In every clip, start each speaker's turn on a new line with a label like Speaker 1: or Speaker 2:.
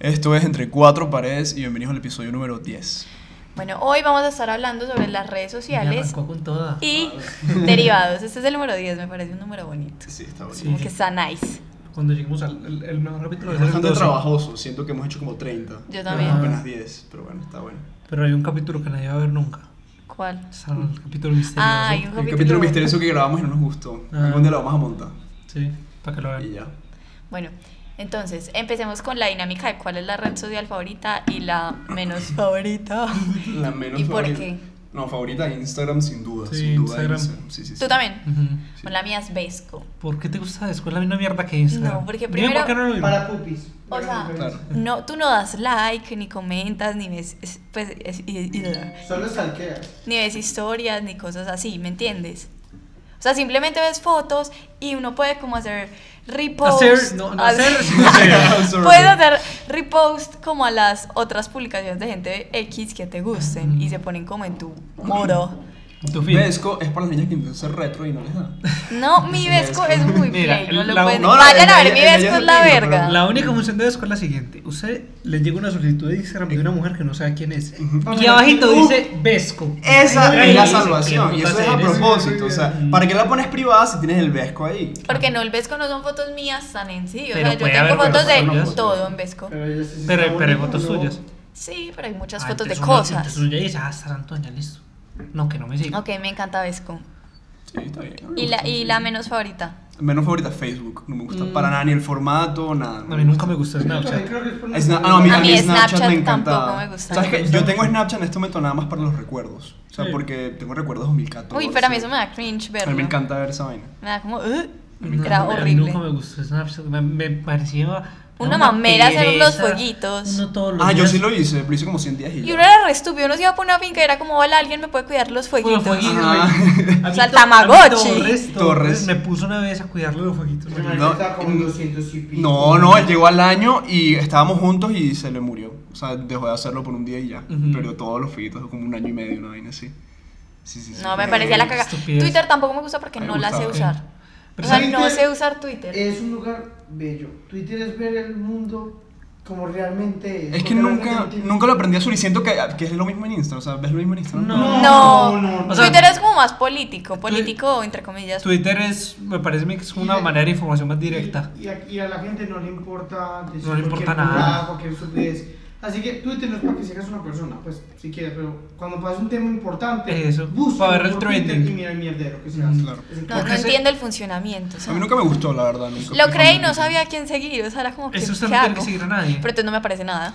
Speaker 1: Esto es Entre Cuatro Paredes y bienvenidos al episodio número 10.
Speaker 2: Bueno, hoy vamos a estar hablando sobre las redes
Speaker 3: Me
Speaker 2: sociales
Speaker 3: arrancó con toda.
Speaker 2: y derivados. Este es el número 10, me parece un número bonito.
Speaker 1: Sí, está
Speaker 3: Sí.
Speaker 1: bonito.
Speaker 2: Como que está nice.
Speaker 3: Cuando lleguemos al el, el mejor capítulo
Speaker 1: Es
Speaker 3: va a ser el
Speaker 1: bastante
Speaker 3: 12.
Speaker 1: trabajoso, siento que hemos hecho como 30.
Speaker 2: Yo también.
Speaker 1: Apenas 10, pero bueno, está bueno.
Speaker 3: Pero hay un capítulo que nadie va a ver nunca.
Speaker 2: ¿Cuál?
Speaker 3: Es el capítulo misterioso.
Speaker 2: Mm. Ah, hay un
Speaker 1: El
Speaker 2: capítulo.
Speaker 1: capítulo misterioso que grabamos y no nos gustó.
Speaker 3: Ah.
Speaker 1: Algún día lo vamos a montar.
Speaker 3: Sí, para que lo
Speaker 2: Ah.
Speaker 1: Y ya.
Speaker 3: vean.
Speaker 2: Bueno, entonces empecemos con la dinámica de cuál es la red social favorita y la menos favorita.
Speaker 1: La menos
Speaker 2: ¿Y por
Speaker 1: favorita-
Speaker 2: qué?
Speaker 1: No, favorita Instagram sin duda.
Speaker 3: Sí,
Speaker 1: sin duda
Speaker 3: Instagram.
Speaker 1: Sí, sí, sí.
Speaker 2: ¿Tú también?
Speaker 3: Ujú.
Speaker 1: Sí.
Speaker 2: Bueno, la mía es Vesco.
Speaker 3: ¿Por qué te gusta Es la misma mierda que Instagram?
Speaker 2: No, porque
Speaker 3: Dime
Speaker 2: primero-
Speaker 3: ¿Por qué no lo
Speaker 4: Para
Speaker 3: vimos?
Speaker 4: pupis.
Speaker 2: O sea,
Speaker 1: Claro.
Speaker 2: no, tú no das like, ni comentas, ni ves, es- pues, es- y- y-
Speaker 4: Solo salqueas.
Speaker 2: ni ves historias, ni cosas así, ¿me entiendes? O sea, simplemente ves fotos y uno puede como hacer repost.
Speaker 3: Hacer, no, no hacer, sino
Speaker 1: hacer.
Speaker 2: Puedes hacer repost como a las otras publicaciones de gente X que te gusten y se ponen como en tu muro.
Speaker 3: Tu feed.
Speaker 1: Vesco es para las niñas que intentan ser retro y no les da.
Speaker 2: No, mi Vesco es muy
Speaker 3: Mira,
Speaker 2: play, no
Speaker 3: el-
Speaker 2: lo
Speaker 3: la-
Speaker 2: pueden-
Speaker 1: no, la-
Speaker 2: Vayan a
Speaker 1: la-
Speaker 2: ver, mi
Speaker 1: la- la-
Speaker 2: Vesco
Speaker 1: la-
Speaker 2: es la
Speaker 1: la- la-
Speaker 2: verga.
Speaker 3: La única función de Vesco es la siguiente. Usted le llega una solicitud de Instagram de una mujer que no sabe quién es.
Speaker 1: Ujú.
Speaker 3: Y abajito
Speaker 1: Uh,
Speaker 3: dice Vesco.
Speaker 1: Esa
Speaker 3: Ahí
Speaker 1: es la
Speaker 3: dice,
Speaker 1: salvación.
Speaker 3: ¿qué
Speaker 1: Y eso
Speaker 3: putas
Speaker 1: es a
Speaker 3: eres?
Speaker 1: propósito. O sea, ¿para qué la pones privada si tienes el Vesco ahí?
Speaker 2: Porque no, el Vesco no son fotos mías tan en sí. O
Speaker 3: Pero
Speaker 2: sea, yo
Speaker 3: puede
Speaker 2: tengo
Speaker 3: haber
Speaker 2: fotos
Speaker 3: fotos
Speaker 2: de
Speaker 3: suyas.
Speaker 2: todo en Vesco.
Speaker 4: Pero ella sí
Speaker 3: Pero,
Speaker 4: está
Speaker 3: pero hay
Speaker 4: bonita,
Speaker 3: fotos
Speaker 4: ¿no?
Speaker 3: suyas.
Speaker 2: Sí, pero hay muchas
Speaker 3: Ah,
Speaker 2: fotos de
Speaker 3: entonces uno-
Speaker 2: cosas.
Speaker 3: Entonces uno ya dice, ah, San Antonio, listo. No, que no me siga.
Speaker 2: Ok, me encanta Vesco.
Speaker 1: Sí, está bien.
Speaker 2: ¿Y la, y la menos favorita?
Speaker 1: Menos favorita Facebook. No me gusta
Speaker 2: Mm.
Speaker 1: para nada ni el formato, nada.
Speaker 3: A mí nunca me gustó Snapchat.
Speaker 4: Creo que es por la-
Speaker 1: Es na- ah, no, a mí,
Speaker 2: A
Speaker 1: a mí
Speaker 2: mí
Speaker 1: Snapchat,
Speaker 2: Snapchat
Speaker 1: me encanta.
Speaker 2: tampoco me gusta.
Speaker 1: ¿Sabes qué? Yo tengo Snapchat en este momento nada más para los recuerdos. O sea,
Speaker 3: Sí.
Speaker 1: porque tengo recuerdos 2014.
Speaker 2: Uy, pero a mí eso me da cringe
Speaker 1: A
Speaker 2: verlo.
Speaker 1: mí me encanta ver esa vaina.
Speaker 2: Me da como... "Ugh".
Speaker 3: Nunca-
Speaker 2: Era
Speaker 3: a mí
Speaker 2: horrible.
Speaker 3: Nunca me gustó Snapchat. Me, me parecía.
Speaker 2: Una mamera hacer
Speaker 3: pereza.
Speaker 2: los fueguitos.
Speaker 3: Uno todos los
Speaker 1: Ah, yo
Speaker 3: días.
Speaker 1: sí lo hice, lo hice como 100 días y
Speaker 2: Y
Speaker 1: ya.
Speaker 2: uno era re estúpido, uno se iba por una finca y era como, hola, alguien me puede cuidar los
Speaker 3: Con los
Speaker 2: fueguitos.
Speaker 3: fueguitos.
Speaker 1: Ah.
Speaker 3: güey. A
Speaker 2: O
Speaker 3: mí
Speaker 2: sea, el
Speaker 3: to- a mí
Speaker 2: Tamagotchi.
Speaker 3: Torres,
Speaker 1: Torres.
Speaker 3: Torres me puso una vez a cuidarle los fueguitos.
Speaker 4: Esa
Speaker 1: No,
Speaker 4: marica estaba como en
Speaker 1: mm,
Speaker 4: 200 y pico.
Speaker 1: No, no, él llegó al año y estábamos juntos y se le murió. O sea, dejó de hacerlo por un día y ya.
Speaker 3: Ujú.
Speaker 1: Perdió todos los fueguitos, como un año y medio, una vaina así. Sí, sí, sí.
Speaker 2: No, me parecía la
Speaker 3: Qué
Speaker 2: caga.
Speaker 3: estupidez.
Speaker 2: Twitter tampoco me gusta porque
Speaker 1: A mí me
Speaker 2: no la sé
Speaker 1: gustaba.
Speaker 2: usar. O
Speaker 3: Pero Eh,
Speaker 2: sea,
Speaker 3: ¿sabes?
Speaker 2: no sé usar Twitter.
Speaker 4: Es un lugar bello. Twitter es ver el mundo como realmente
Speaker 1: Es que
Speaker 4: porque
Speaker 1: nunca,
Speaker 4: realmente tiene-
Speaker 1: nunca lo aprendí a subir. Siento que, que es lo mismo en Instagram. O sea, ves lo mismo en Instagram.
Speaker 3: No.
Speaker 2: No,
Speaker 4: no, no.
Speaker 3: O sea,
Speaker 2: Twitter es como más político, político entre comillas.
Speaker 3: Twitter es, me parece a mí que es una manera de información más directa.
Speaker 4: Y, y a, y a la gente no le importa. decir
Speaker 3: No le importa
Speaker 4: cualquier
Speaker 3: nada.
Speaker 4: burrada, cualquier estupidez. Así que Twitter no es para que sigas una persona, pues si quieres, pero cuando pasa un tema importante,
Speaker 3: Eso,
Speaker 4: busca
Speaker 3: para ver el trending.
Speaker 4: Y mira el mierdero que se hace.
Speaker 1: Mm, claro.
Speaker 4: Es
Speaker 2: No, no
Speaker 3: Porque ese-
Speaker 2: entiendo el funcionamiento. o sea,
Speaker 1: A mí nunca me gustó, la verdad. Nunca
Speaker 2: Lo
Speaker 1: fui
Speaker 2: creí y
Speaker 1: fan
Speaker 2: no
Speaker 1: de-
Speaker 2: sabía a quién seguir. O sea, era como que.
Speaker 3: Eso usted
Speaker 2: ¿qué
Speaker 3: no tiene que
Speaker 2: hago?
Speaker 3: seguir a nadie.
Speaker 2: Pero entonces no me aparece nada.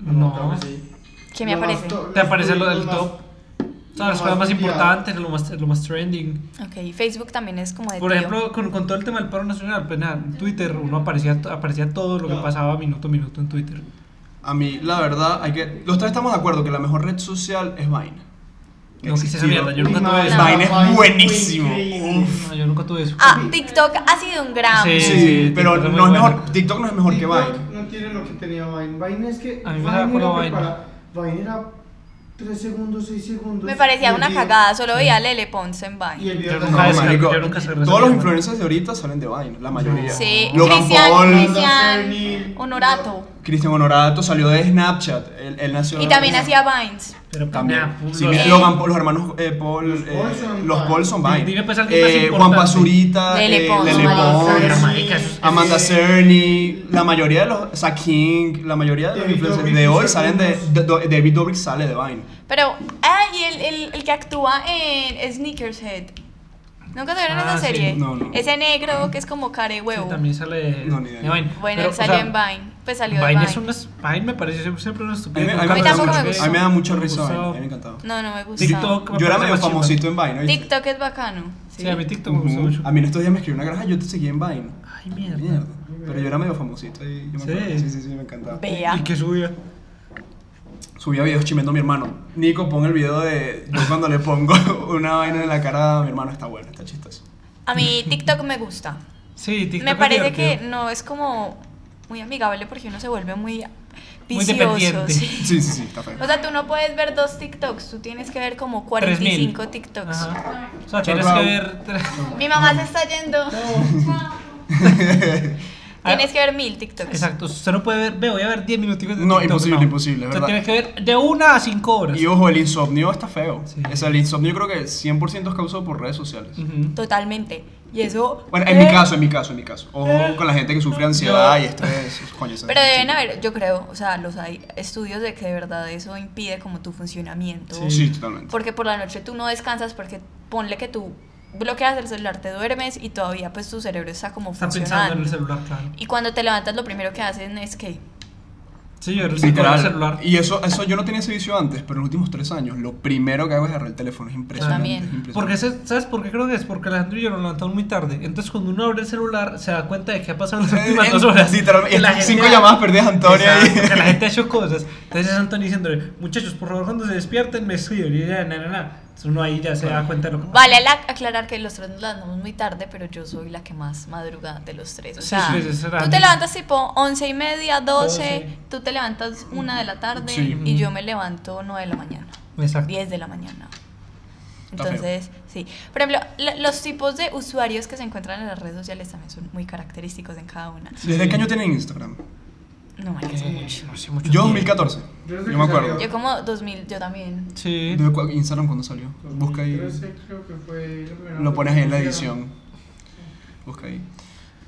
Speaker 3: No.
Speaker 4: claro que sí.
Speaker 2: ¿Qué me
Speaker 4: Lo más
Speaker 2: aparece?
Speaker 4: to-
Speaker 3: Te
Speaker 4: los
Speaker 3: aparece lo
Speaker 4: tweets
Speaker 3: del
Speaker 4: más-
Speaker 3: top. O sea,
Speaker 4: lo
Speaker 3: las cosas más
Speaker 4: tuiteado.
Speaker 3: importantes, lo más, lo más trending.
Speaker 2: Ok, Facebook también es como de.
Speaker 3: Por
Speaker 2: tío.
Speaker 3: ejemplo, con, con todo el tema del paro nacional, pues nada, en Twitter uno aparecía, aparecía todo lo que
Speaker 4: No.
Speaker 3: pasaba minuto a minuto en Twitter.
Speaker 1: A mí, la verdad, hay que. Los tres estamos de acuerdo que la mejor red social es Vine.
Speaker 3: No, que es esa
Speaker 1: Existió.
Speaker 3: mierda, yo nunca
Speaker 4: Mi
Speaker 3: tuve
Speaker 4: madre,
Speaker 3: eso.
Speaker 1: Vine es
Speaker 4: fue
Speaker 1: buenísimo.
Speaker 4: increíble.
Speaker 3: No, yo nunca tuve eso.
Speaker 2: Ah, TikTok ha sido un gran.
Speaker 3: Sí.
Speaker 1: Sí, pero
Speaker 3: TikTok es
Speaker 1: no es
Speaker 3: muy
Speaker 1: mejor.
Speaker 3: bueno.
Speaker 1: TikTok no es mejor que
Speaker 4: TikTok
Speaker 1: Vine.
Speaker 4: No tiene lo que tenía Vine. Vine es que.
Speaker 3: A mí me daba culo Vine.
Speaker 4: prepara- Vine era 3 segundos, 6 segundos.
Speaker 2: Me parecía
Speaker 4: y
Speaker 2: una
Speaker 4: el video-
Speaker 2: cagada, solo veía a Lele Ponce en
Speaker 4: Y
Speaker 2: Vine.
Speaker 4: el video
Speaker 3: Yo
Speaker 4: de
Speaker 3: nunca
Speaker 4: la-
Speaker 3: descargué,
Speaker 1: marico,
Speaker 3: yo nunca cerré esa
Speaker 1: todos los
Speaker 3: mierda.
Speaker 1: influencers de ahorita salen de Vine, la mayoría.
Speaker 2: Sí,
Speaker 1: Logan Paul.
Speaker 2: Cristian, Cristian
Speaker 4: Anthony.
Speaker 2: Honorato.
Speaker 1: Cristian Honorato salió de Snapchat. Él, él nació.
Speaker 2: Y también hacía Vines.
Speaker 3: Pero
Speaker 1: También.
Speaker 3: nah, pues,
Speaker 1: Sí,
Speaker 3: lo-
Speaker 2: mira,
Speaker 1: Logan Paul, los hermanos eh, Paul.
Speaker 4: Los
Speaker 1: eh,
Speaker 4: Paul son
Speaker 1: los
Speaker 4: Vine.
Speaker 1: Paul son Vine.
Speaker 3: Dime, pues, alguien más
Speaker 1: Eh, Juan
Speaker 3: importante.
Speaker 1: Pasurita.
Speaker 2: Lele
Speaker 1: eh,
Speaker 2: Pons.
Speaker 1: Lele
Speaker 2: Amanda
Speaker 1: Pons,
Speaker 3: Serni.
Speaker 1: Amanda
Speaker 3: marica, eso es-
Speaker 1: Amanda
Speaker 4: Sí.
Speaker 1: Cerny, la mayoría de los, Zach King, la mayoría de los
Speaker 4: David
Speaker 1: influencers
Speaker 4: Dobrik
Speaker 1: de
Speaker 4: hizo
Speaker 1: hoy salen de,
Speaker 4: algunos.
Speaker 1: de- de- David Dobrik sale de Vine.
Speaker 2: Pero, ay, y el, el, el que actúa en Sneakershead. ¿Nunca te vieron
Speaker 3: Ah,
Speaker 2: esa
Speaker 3: sí.
Speaker 2: serie?
Speaker 1: No, no.
Speaker 2: Ese negro que es como care
Speaker 3: Sí,
Speaker 2: huevo.
Speaker 3: también sale
Speaker 1: No, ni idea.
Speaker 3: de Vine.
Speaker 2: bueno,
Speaker 3: Pero,
Speaker 2: él
Speaker 3: o
Speaker 2: salió
Speaker 3: sea,
Speaker 2: en Vine. Pues salió
Speaker 3: Vine,
Speaker 2: de Vine.
Speaker 3: es una, Vine me pareció siempre, siempre una
Speaker 1: A mí, me-
Speaker 3: estupidez.
Speaker 1: a mí
Speaker 2: A mí
Speaker 1: me,
Speaker 2: tampoco
Speaker 1: gusta
Speaker 2: me
Speaker 1: mucho-
Speaker 2: gusta.
Speaker 1: a mí me da mucha risa Vine,
Speaker 3: gustaba.
Speaker 1: a mí me encantaba.
Speaker 2: No, no me gusta.
Speaker 3: TikTok. me
Speaker 1: Yo era
Speaker 3: parece
Speaker 1: medio
Speaker 3: más chiva.
Speaker 1: famosito en Vine, ¿oíste?
Speaker 2: TikTok es bacano.
Speaker 3: Sí, a mí TikTok me
Speaker 1: Ujú.
Speaker 3: gustó mucho.
Speaker 1: A mí en estos días me escribió una granja, yo te seguía en Vine.
Speaker 3: Ay, mierda.
Speaker 1: Mierda. Pero yo era medio famosito y yo me
Speaker 3: Sí.
Speaker 1: acuerdo. Sí, sí, sí, me encantaba.
Speaker 2: Vea.
Speaker 3: ¿Y qué subía?
Speaker 1: Subía videos chimendo a mi hermano. Nico, pon el video de yo cuando le pongo una vaina en la cara a mi hermano. Está bueno, está chistoso.
Speaker 2: A mí TikTok me gusta.
Speaker 3: Sí, TikTok
Speaker 2: me
Speaker 3: es
Speaker 2: parece que
Speaker 3: divertido.
Speaker 2: no es como muy amigable porque uno se vuelve muy
Speaker 3: Muy
Speaker 2: vicioso.
Speaker 3: dependiente.
Speaker 2: sí.
Speaker 1: Sí, sí, sí, está feo.
Speaker 2: O sea, tú no puedes ver dos TikToks, tú tienes que ver como 45 TikToks.
Speaker 3: Ajá. O
Speaker 1: Chao,
Speaker 3: sea, tienes
Speaker 1: Clau.
Speaker 3: que ver.
Speaker 2: Mi mamá se está yendo. Tienes que ver mil TikToks.
Speaker 3: Exacto, usted no puede ver, ve, voy a ver 10 minuticos de
Speaker 1: No,
Speaker 3: TikTok,
Speaker 1: imposible, imposible, es
Speaker 3: Usted
Speaker 1: verdad.
Speaker 3: tiene que ver de una a 5 horas.
Speaker 1: Y ojo, el insomnio está feo.
Speaker 3: Sí. Mm.
Speaker 1: O sea, el insomnio creo que 100% es causado por redes sociales.
Speaker 3: Ujú.
Speaker 2: Totalmente. Y eso.
Speaker 1: Bueno, en mi
Speaker 2: eh,
Speaker 1: caso, en mi caso, en mi caso. Ojo con la gente que sufre ansiedad y estrés. Coño, esa
Speaker 2: Pero
Speaker 1: gente
Speaker 2: deben
Speaker 1: chica.
Speaker 2: haber, yo creo, o sea, los hay estudios de que de verdad eso impide como tu funcionamiento.
Speaker 3: Sí.
Speaker 1: Sí, totalmente.
Speaker 2: Porque por la noche tú no descansas porque ponle que tú bloqueas el celular, te duermes y todavía pues tu cerebro está como
Speaker 3: Está pensando
Speaker 2: funcionando.
Speaker 3: en el celular, claro.
Speaker 2: Y cuando te levantas lo primero que hacen es que
Speaker 3: Sí, yo recibo el
Speaker 1: Literal.
Speaker 3: celular.
Speaker 1: Y eso, eso yo no tenía ese vicio antes, pero en los últimos tres años lo primero que hago es agarrar el teléfono. Es impresionante.
Speaker 2: también.
Speaker 1: es impresionante.
Speaker 3: Porque, se- ¿sabes por qué creo que es? Porque Alejandro y yo nos levantamos muy tarde. Entonces, cuando uno abre el celular, se da cuenta de que ha pasado las
Speaker 1: Eh,
Speaker 3: últimas
Speaker 1: eh,
Speaker 3: dos horas.
Speaker 1: literalmente,
Speaker 3: Que la
Speaker 1: y
Speaker 3: gente
Speaker 1: cinco
Speaker 3: ha-
Speaker 1: llamadas perdidas a Antonio ahí.
Speaker 3: Exacto, que la gente ha hecho cosas. Entonces, es Antonio diciéndole, muchachos, por favor, cuando se despierten, me escriben. Y ya, na, na, na. Entonces, uno ahí ya se da cuenta de lo que pasa.
Speaker 2: Vale la- aclarar que los tres nos levantamos muy tarde, pero yo soy la que más madruga de los tres. O
Speaker 3: Sí,
Speaker 2: sea,
Speaker 3: sí, sí, será.
Speaker 2: tú te levantas tipo 11 y media, 12,
Speaker 3: Doce.
Speaker 2: tú te levantas 1 de la tarde
Speaker 1: Sí.
Speaker 2: y yo me levanto 9 de la mañana,
Speaker 3: Exacto.
Speaker 2: 10 de la mañana.
Speaker 1: Está feo.
Speaker 2: Entonces, sí. Por ejemplo, la- los tipos de usuarios que se encuentran en las redes sociales también son muy característicos en cada una.
Speaker 1: ¿Desde qué año tienen Instagram?
Speaker 2: No, marica, hace mucho.
Speaker 3: No sé, mucho
Speaker 1: Yo
Speaker 3: tiempo.
Speaker 1: 2014.
Speaker 4: Yo
Speaker 1: Yo me
Speaker 4: desde que
Speaker 1: acuerdo.
Speaker 4: salió.
Speaker 2: Yo como 2000, yo también.
Speaker 3: Sí.
Speaker 1: ¿De cu- Instagram cuando salió? Busca ahí.
Speaker 4: 2013 creo que fue la primera
Speaker 1: Lo
Speaker 4: vez
Speaker 1: pones
Speaker 4: que
Speaker 1: ahí en la
Speaker 4: pusieron.
Speaker 1: edición. Busca ahí.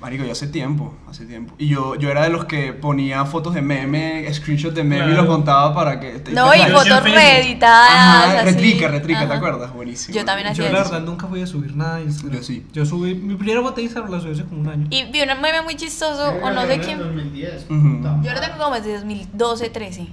Speaker 1: Marico, yo hace tiempo, hace tiempo. Y yo, yo era de los que ponía fotos de meme, screenshots de meme y
Speaker 3: Claro.
Speaker 1: los montaba para que... te-
Speaker 2: No,
Speaker 1: te-
Speaker 2: y
Speaker 3: yo
Speaker 2: fotos
Speaker 3: siempre-
Speaker 2: reeditadas.
Speaker 1: Ajá,
Speaker 2: así.
Speaker 1: retrica, retrica, ¿te
Speaker 2: Ajá.
Speaker 1: acuerdas? Buenísimo.
Speaker 2: Yo también
Speaker 3: Yo
Speaker 2: hacía
Speaker 3: la
Speaker 2: eso.
Speaker 3: verdad nunca voy a subir nada a Instagram.
Speaker 1: Yo sí.
Speaker 3: Yo subí, mi primera foto de Instagram la subí hace como un año.
Speaker 2: Y vi un meme muy chistoso,
Speaker 4: Creo
Speaker 2: o
Speaker 4: que
Speaker 2: no
Speaker 4: fue
Speaker 2: sé
Speaker 4: en el
Speaker 2: quién.
Speaker 4: 2010,
Speaker 1: Ujú.
Speaker 4: puta
Speaker 2: Yo lo tengo como desde 2012, 13.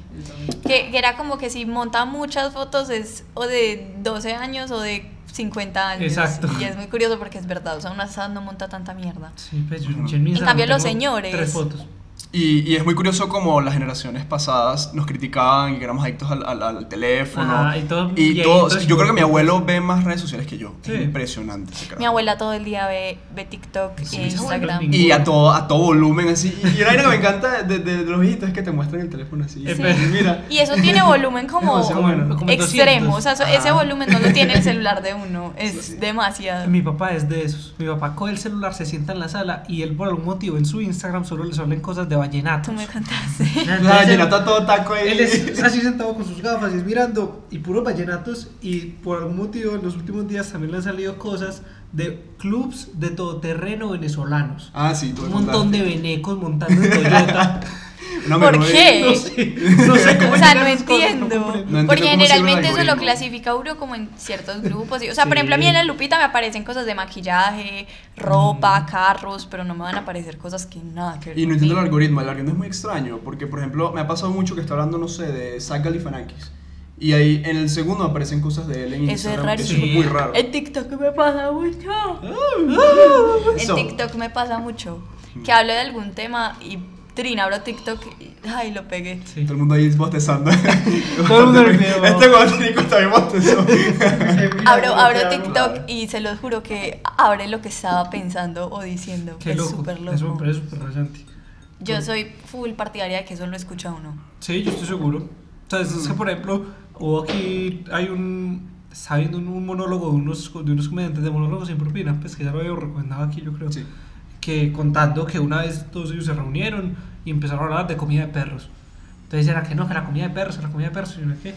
Speaker 2: Que, que era como que si monta muchas fotos es o de 12 años o de 50 años.
Speaker 3: Exacto.
Speaker 2: Y es muy curioso porque es verdad, o sea, una sad no monta tanta mierda.
Speaker 3: Sí, pues yo, yo
Speaker 1: En
Speaker 3: mi Instagram
Speaker 2: cambio, los
Speaker 3: tengo
Speaker 2: señores.
Speaker 3: Tres fotos.
Speaker 1: Y, y es muy curioso como las generaciones pasadas nos criticaban y que éramos adictos al, al- al teléfono.
Speaker 3: Ajá, y todos
Speaker 1: y todos-
Speaker 3: viejitos y
Speaker 1: yo creo que mi
Speaker 3: gorditos.
Speaker 1: abuelo ve más redes sociales que yo.
Speaker 3: Sí.
Speaker 1: Es impresionante. ese carajo.
Speaker 2: Mi abuela todo el día ve, ve TikTok
Speaker 3: Sí,
Speaker 2: e
Speaker 3: mis abuelos
Speaker 2: Instagram.
Speaker 3: ni-
Speaker 1: Y a todo, a todo volumen así. Y una vaina que me encanta de, de- de los viejitos es que te muestran el teléfono así.
Speaker 3: Sí.
Speaker 1: Mira.
Speaker 2: Y eso tiene volumen como
Speaker 1: Demasiado bueno.
Speaker 3: Como Ah. en
Speaker 2: extremo. O sea, eso- ese
Speaker 1: Ajá.
Speaker 2: volumen no lo tiene el celular de uno. Es demasiado.
Speaker 3: Mi papá es de esos. Mi papá coge el celular, se sienta en la sala y él por algún motivo en su Instagram solo le salen cosas de vallenato.
Speaker 2: Tú me contaste.
Speaker 1: La llenata Ah, todo taco ahí.
Speaker 3: Él es así sentado con sus gafas y es mirando y puros vallenatos y por algún motivo en los últimos días también le han salido cosas de clubs de todoterreno venezolanos.
Speaker 1: Ah, sí, tú
Speaker 3: Un
Speaker 1: me
Speaker 3: montón
Speaker 1: contaste.
Speaker 3: de venecos montando en Toyota.
Speaker 1: Una
Speaker 2: ¿Por
Speaker 1: mejor-
Speaker 2: qué?
Speaker 3: No sé, no sé cómo
Speaker 2: O sea, no
Speaker 3: llegan esas cosas,
Speaker 2: entiendo.
Speaker 3: comprendo.
Speaker 1: No
Speaker 2: Porque
Speaker 1: entiendo cómo sirve el
Speaker 2: generalmente eso lo
Speaker 1: algoritmo.
Speaker 2: clasifica uno como en ciertos grupos. y- O sea, por
Speaker 3: Sí.
Speaker 2: ejemplo, a mí en la lupita me aparecen cosas de maquillaje, ropa, carros, pero no me van a aparecer cosas que nada que ver
Speaker 1: Mm. Y no entiendo el
Speaker 2: conmigo.
Speaker 1: algoritmo. El algoritmo es muy extraño. Porque, por ejemplo, me ha pasado mucho que está hablando, no sé, de Zach Galifianakis. Y ahí en el segundo aparecen cosas de él en
Speaker 2: Eso es
Speaker 1: Instagram.
Speaker 2: raro. Eh.
Speaker 1: Eso es muy raro.
Speaker 2: En TikTok me pasa mucho.
Speaker 1: Eso. Mm.
Speaker 2: En TikTok me pasa mucho. Que hablo de algún tema y Trina abro TikTok y ay, lo pegué.
Speaker 3: Sí.
Speaker 1: Todo el mundo ahí bostezando.
Speaker 3: Todo el mundo en el video.
Speaker 1: Este guatinico también bostezó.
Speaker 2: Abro, abro
Speaker 1: raro.
Speaker 2: TikTok y se los juro que abre lo que estaba pensando o diciendo.
Speaker 3: Qué
Speaker 2: es
Speaker 3: loco.
Speaker 2: súper loco.
Speaker 3: Es súper, es súper rayante.
Speaker 2: Yo soy full partidaria de que eso lo escucha uno.
Speaker 3: Sí, yo estoy seguro. O sea, es, es que por ejemplo, hubo aquí, hay un, está viendo un, un monólogo de unos, de unos comediantes de monólogos sin propina, pues que ya lo había recomendado aquí, yo creo.
Speaker 1: Sí.
Speaker 3: Que contando que una vez todos ellos se reunieron y empezaron a hablar de comida de perros. Entonces era que no, que la comida de perros, que la comida de perros, y no sé qué.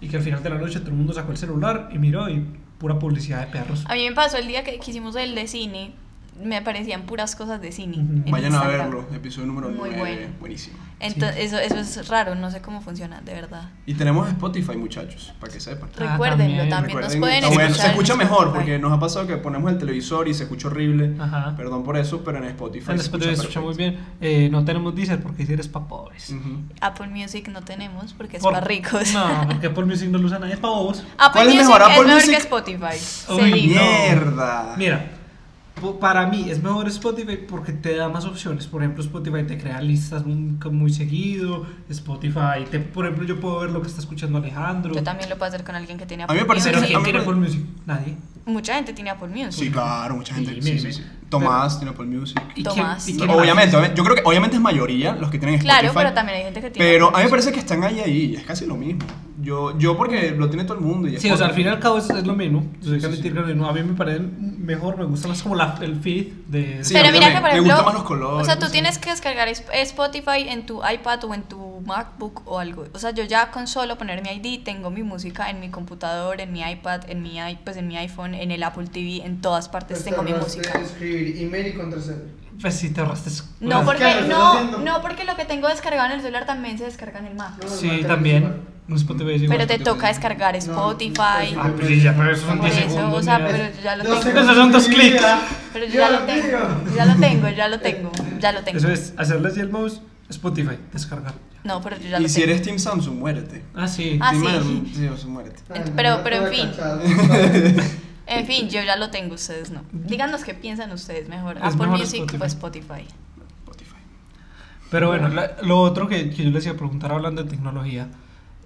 Speaker 3: Y que al final de la noche todo el mundo sacó el celular y miró y pura publicidad de perros.
Speaker 2: A mí me pasó el día que, que hicimos el de cine, me aparecían puras cosas de cine.
Speaker 3: Ujú.
Speaker 2: en
Speaker 1: Vayan a
Speaker 2: Instagram.
Speaker 1: verlo. Episodio número
Speaker 2: Muy
Speaker 1: 9.
Speaker 2: bueno.
Speaker 1: Buenísimo.
Speaker 2: Entonces, eso, eso es raro, no sé cómo funciona, de verdad.
Speaker 1: Y tenemos Spotify, muchachos, para que sepan.
Speaker 3: Ah,
Speaker 2: Recuérdenlo,
Speaker 3: también.
Speaker 2: también, nos
Speaker 1: Recuerden,
Speaker 2: pueden
Speaker 1: está
Speaker 2: escuchar.
Speaker 1: bueno, se
Speaker 2: en
Speaker 1: escucha mejor,
Speaker 2: Spotify.
Speaker 1: porque nos ha pasado que ponemos el televisor y se escucha horrible.
Speaker 3: Ajá.
Speaker 1: Perdón por eso, pero en Spotify
Speaker 3: En
Speaker 1: se
Speaker 3: Spotify se escucha muy bien. Eh, no tenemos Deezer porque Deezer es para pobres.
Speaker 1: perfecto. Ujú.
Speaker 2: Apple Music no tenemos porque es
Speaker 3: Por-
Speaker 2: para ricos.
Speaker 3: No, porque por Music no lo usan nadie, es para bobos.
Speaker 2: Apple
Speaker 1: ¿Cuál es
Speaker 2: Music
Speaker 1: mejor, Apple
Speaker 2: es mejor
Speaker 1: Music?
Speaker 2: que Spotify.
Speaker 3: Uy,
Speaker 2: Sería.
Speaker 3: no.
Speaker 1: ¡Mierda!
Speaker 3: Mira, po- para mí es mejor Spotify porque te da más opciones. Por ejemplo, Spotify te crea listas muy, muy seguido. Spotify, te- por ejemplo, yo puedo ver lo que está escuchando Alejandro.
Speaker 2: Yo también lo puedo hacer con alguien que tiene
Speaker 1: A mí
Speaker 2: Apple
Speaker 1: me parece
Speaker 3: Pero
Speaker 1: Sí,
Speaker 2: Music.
Speaker 1: a
Speaker 3: ¿quién
Speaker 1: mí
Speaker 3: tiene
Speaker 1: me-
Speaker 3: por Music? Nadie.
Speaker 2: Mucha gente tiene Apple Music.
Speaker 1: Sí, claro, mucha gente.
Speaker 3: Sí,
Speaker 1: Sí,
Speaker 3: mire,
Speaker 1: sí, sí.
Speaker 3: mire.
Speaker 1: Tomás tiene Apple Music.
Speaker 3: ¿Y
Speaker 2: Tomás.
Speaker 3: quién- y
Speaker 1: No,
Speaker 3: quién
Speaker 1: obviamente,
Speaker 3: más?
Speaker 1: obvi- yo creo que obviamente es mayoría los que tienen Spotify.
Speaker 2: Claro, pero también hay gente que tiene
Speaker 1: Pero
Speaker 2: Apple
Speaker 1: a mí me
Speaker 2: Music.
Speaker 1: parece que están ahí ahí, es casi lo mismo. Yo, yo porque lo tiene todo el mundo. Y es
Speaker 3: Sí, o sea, al
Speaker 1: porque-
Speaker 3: fin y al cabo es, es lo mismo. Yo sé que
Speaker 1: Sí, sí,
Speaker 3: admitir que
Speaker 1: sí.
Speaker 3: lo mismo. A mí me parece mejor, me gusta más como la, el feed de.
Speaker 1: Sí, a
Speaker 2: Pero
Speaker 1: mí también.
Speaker 2: mira que, por
Speaker 1: Me
Speaker 2: ejemplo,
Speaker 1: gustan más los colores,
Speaker 2: o sea, tú
Speaker 1: sí.
Speaker 2: tienes que descargar Sp- Spotify en tu iPad o en tu MacBook o algo. O sea, yo ya con solo poner mi ID tengo mi música en mi computador, en mi iPad, en mi, i- pues, en mi iPhone, en el Apple TV, en todas partes
Speaker 4: Pues
Speaker 2: tengo mi
Speaker 4: tardaste
Speaker 2: música.
Speaker 4: en Escribir email y contraseña.
Speaker 3: Pues sí, te ahorraste. eso.
Speaker 2: No,
Speaker 4: por-
Speaker 2: porque,
Speaker 4: claro, estás
Speaker 2: no,
Speaker 4: haciendo-
Speaker 2: no, porque lo que tengo descargado en el celular también se descarga en el Mac.
Speaker 4: No,
Speaker 3: Sí,
Speaker 4: no, no,
Speaker 3: también.
Speaker 4: igual.
Speaker 3: No es Spotify, es igual.
Speaker 2: Pero te
Speaker 1: Spotify.
Speaker 2: toca descargar Spotify.
Speaker 3: Ah, pues sí, ya, pero eso son
Speaker 2: Por
Speaker 3: 10
Speaker 2: eso,
Speaker 3: segundos.
Speaker 2: o sea,
Speaker 3: mira.
Speaker 2: pero yo ya lo
Speaker 4: Dos
Speaker 2: tengo.
Speaker 3: Esos son dos
Speaker 4: segundos de mi
Speaker 3: clics.
Speaker 4: vida.
Speaker 2: Pero yo ya lo
Speaker 4: Dios
Speaker 2: tengo.
Speaker 4: mío.
Speaker 2: Ya lo tengo, ya lo tengo, ya lo tengo.
Speaker 3: Eso es, hacerles y el mouse, Spotify, descargar.
Speaker 2: No, pero yo ya lo
Speaker 1: Y si
Speaker 2: tengo.
Speaker 1: eres Team Samsung, muérete.
Speaker 3: Ah, sí.
Speaker 2: Ah,
Speaker 1: Team
Speaker 2: sí.
Speaker 1: Samsung, sí, o sea, muérete.
Speaker 4: Ay,
Speaker 2: Ent-
Speaker 4: me
Speaker 2: pero-
Speaker 4: da
Speaker 2: pero en
Speaker 4: toda
Speaker 2: fin.
Speaker 4: cachada.
Speaker 2: En fin, yo ya lo tengo, ustedes no. Díganos qué piensan ustedes mejor.
Speaker 3: Es
Speaker 2: Apple
Speaker 3: mejor
Speaker 2: Music
Speaker 3: Spotify.
Speaker 2: o Spotify.
Speaker 1: Spotify.
Speaker 3: Pero bueno, la- lo otro que, que yo les iba a preguntar hablando de tecnología,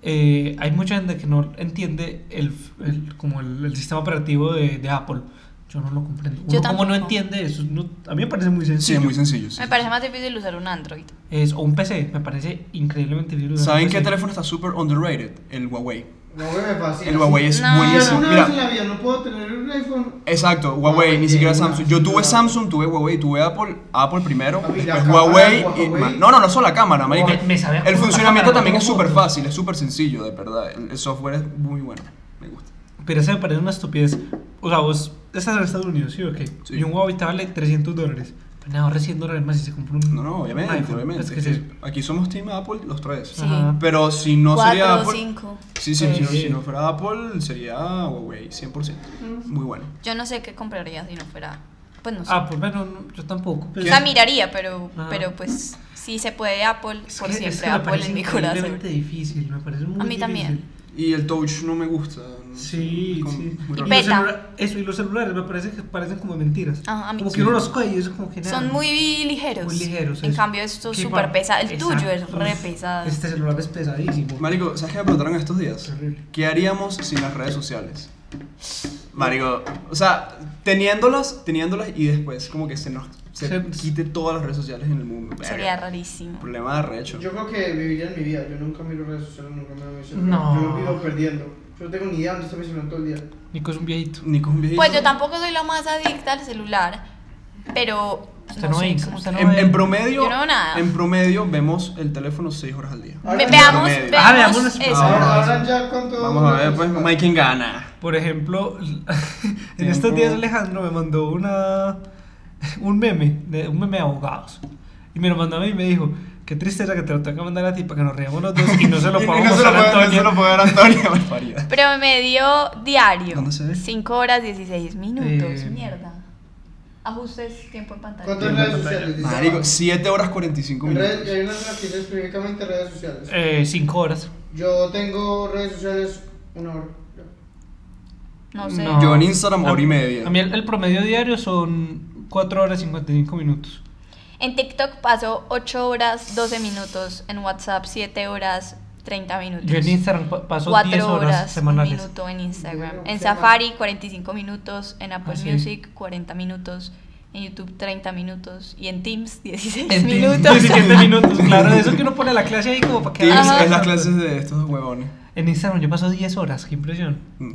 Speaker 3: eh, hay mucha gente que no entiende el, f- el- como el, el sistema operativo de, de Apple. Yo no lo comprendo.
Speaker 2: Yo
Speaker 3: Uno como no
Speaker 2: tampoco.
Speaker 3: entiende eso, no- a mí me parece muy
Speaker 1: Sí,
Speaker 3: sencillo.
Speaker 1: es muy sencillo. sí,
Speaker 2: Me
Speaker 1: sí.
Speaker 2: parece más difícil usar un Android.
Speaker 3: Es, o un PC, me parece increíblemente difícil. usar
Speaker 1: ¿Saben
Speaker 3: un
Speaker 1: qué
Speaker 3: PC.
Speaker 1: teléfono está súper underrated? El Huawei.
Speaker 4: Huawei me fascina.
Speaker 1: El Huawei es
Speaker 2: No.
Speaker 1: buenísimo.
Speaker 4: Una vez en
Speaker 1: Mira,
Speaker 4: la vida no puedo tener un iPhone.
Speaker 1: exacto, Huawei, ni
Speaker 4: Huawei,
Speaker 1: siquiera
Speaker 4: sí,
Speaker 1: Samsung.
Speaker 4: Ah, una-
Speaker 1: Yo tuve
Speaker 4: una-
Speaker 1: Samsung, tuve Huawei, tuve Apple, Apple primero,
Speaker 4: Papi, la
Speaker 1: después
Speaker 4: cámara,
Speaker 1: Huawei. y-
Speaker 4: Huawei.
Speaker 1: no, no, no solo la cámara, marica.
Speaker 3: Oh, Me- me sabe a
Speaker 1: El
Speaker 3: puro,
Speaker 1: funcionamiento
Speaker 3: la cámara,
Speaker 1: también
Speaker 3: no
Speaker 1: es
Speaker 3: puedo.
Speaker 1: súper fácil, es súper sencillo, de verdad. El, el software es muy bueno, me gusta.
Speaker 3: Pero eso me parece una estupidez. O sea, vos estás en Estados Unidos, ¿sí o qué?
Speaker 1: Sí.
Speaker 3: Y un Huawei te vale 300 dólares. Pues nada, ahorre 100 dólares más y se compra un.
Speaker 1: No, no, obviamente,
Speaker 3: un iPhone.
Speaker 1: obviamente.
Speaker 3: Es que
Speaker 1: es
Speaker 3: sí.
Speaker 1: que Aquí somos Team Apple los tres.
Speaker 2: Sí.
Speaker 3: Ajá.
Speaker 1: Pero si no sería
Speaker 2: Cuatro,
Speaker 1: Apple.
Speaker 2: cinco.
Speaker 1: Sí, sí,
Speaker 3: Sí.
Speaker 1: Si, no, si no fuera Apple, sería Huawei, 100%. Muy bueno.
Speaker 2: Yo no sé qué compraría si no fuera. Pues no sé.
Speaker 3: Ah, pues bueno, no, yo tampoco.
Speaker 2: o
Speaker 3: pues-
Speaker 2: sea, miraría, pero,
Speaker 3: Ajá.
Speaker 2: pero pues si se puede Apple,
Speaker 3: Ah. Es
Speaker 2: por
Speaker 3: que- es
Speaker 2: siempre
Speaker 3: que me
Speaker 2: Apple
Speaker 3: parece
Speaker 2: en mi corazón.
Speaker 3: increíblemente difícil, me parece muy
Speaker 2: A mí también.
Speaker 3: difícil.
Speaker 1: Y el Touch no me gusta. no sé,
Speaker 3: Sí,
Speaker 1: como-
Speaker 3: sí.
Speaker 1: muy raro.
Speaker 2: Y
Speaker 3: los
Speaker 2: Beta.
Speaker 3: celula- eso, y los celulares me parece que parecen como mentiras.
Speaker 2: Ajá, a mí
Speaker 3: como que
Speaker 2: sí.
Speaker 3: uno los coge y eso como que nada.
Speaker 2: Son muy ligeros.
Speaker 3: Muy ligeros,
Speaker 2: En
Speaker 3: eso.
Speaker 2: cambio, esto es
Speaker 3: Qué
Speaker 2: súper
Speaker 3: pa-
Speaker 2: pesado. El
Speaker 3: Exacto.
Speaker 2: tuyo es re
Speaker 3: Uf,
Speaker 2: pesado.
Speaker 3: Este celular es pesadísimo.
Speaker 1: Marico, ¿sabes qué me preguntaron estos días?
Speaker 3: Terrible.
Speaker 1: ¿Qué haríamos sin las redes sociales? Marico, o sea, teniéndolas, teniéndolas y después como que se nos se
Speaker 3: Se-
Speaker 1: quite todas las redes sociales en el mundo. Verga.
Speaker 2: Sería rarísimo.
Speaker 1: Problema de recho.
Speaker 4: Yo creo que viviría en mi vida. Yo nunca miro redes sociales, nunca me veo celular.
Speaker 3: No.
Speaker 4: Yo vivo perdiendo. Yo no tengo ni idea dónde está mi celular todo el día.
Speaker 3: Nico es un viejito.
Speaker 1: Nico es un viejito.
Speaker 2: Pues yo tampoco soy la más adicta al celular, pero.
Speaker 3: Usted no
Speaker 2: sé,
Speaker 3: ve,
Speaker 2: como-
Speaker 3: usted no
Speaker 1: En,
Speaker 3: ve.
Speaker 1: en promedio,
Speaker 2: Yo no veo nada.
Speaker 1: en promedio vemos el teléfono 6 horas al día.
Speaker 2: Ve-
Speaker 4: En
Speaker 2: veamos,
Speaker 1: promedio.
Speaker 2: veamos,
Speaker 3: Ah, veamos los-
Speaker 2: eso.
Speaker 4: Ahora,
Speaker 3: Ah,
Speaker 4: ahora ya cuánto.
Speaker 1: Vamos a ver, pues, Mike en Ghana.
Speaker 3: Por ejemplo, en
Speaker 1: Tiempo.
Speaker 3: estos días Alejandro me mandó una un meme, de, un meme de abogados. Y me lo mandó a mí y me dijo, qué tristeza que te lo tengo que mandar a ti para que nos reamos los dos y no se lo
Speaker 1: Y- y
Speaker 3: podamos
Speaker 1: no se lo
Speaker 3: mostrar a
Speaker 1: puede, no se
Speaker 3: Antonio.
Speaker 1: lo puede dar a Antonio, barbaridad.
Speaker 2: Promedio diario.
Speaker 1: ¿Dónde se ve?
Speaker 2: 5 horas 16 minutos.
Speaker 3: Eh,
Speaker 2: Mierda. Ajustes tiempo en pantalla.
Speaker 4: ¿Cuánto en redes sociales? Dice,
Speaker 1: Marico, 7 horas 45
Speaker 4: En redes-
Speaker 1: minutos.
Speaker 4: hay una que dice específicamente redes sociales.
Speaker 3: Eh, cinco horas.
Speaker 4: Yo tengo redes sociales una hora.
Speaker 2: No sé.
Speaker 3: No.
Speaker 1: Yo en Instagram, hora y
Speaker 3: A-
Speaker 1: media.
Speaker 3: A mí el, el promedio diario son 4 horas 55 minutos.
Speaker 2: En TikTok paso 8 horas 12 minutos. En WhatsApp 7 horas 30 minutos.
Speaker 3: Yo en Instagram pa- paso
Speaker 2: 4
Speaker 3: 10 horas,
Speaker 2: Un
Speaker 3: semanales.
Speaker 2: minuto en Instagram.
Speaker 4: Bueno,
Speaker 2: En
Speaker 4: qué mal.
Speaker 2: Safari 45 minutos. En Apple
Speaker 3: Ah, sí.
Speaker 2: Music 40 minutos. En YouTube 30 minutos. Y en Teams 16
Speaker 3: En
Speaker 2: minutos.
Speaker 3: 17 minutos, claro, eso que uno pone la clase ahí como para que...
Speaker 1: Tips
Speaker 2: Ajá.
Speaker 1: es las clases de estos dos huevones.
Speaker 3: En Instagram yo paso 10 horas, qué impresión.
Speaker 1: Mm.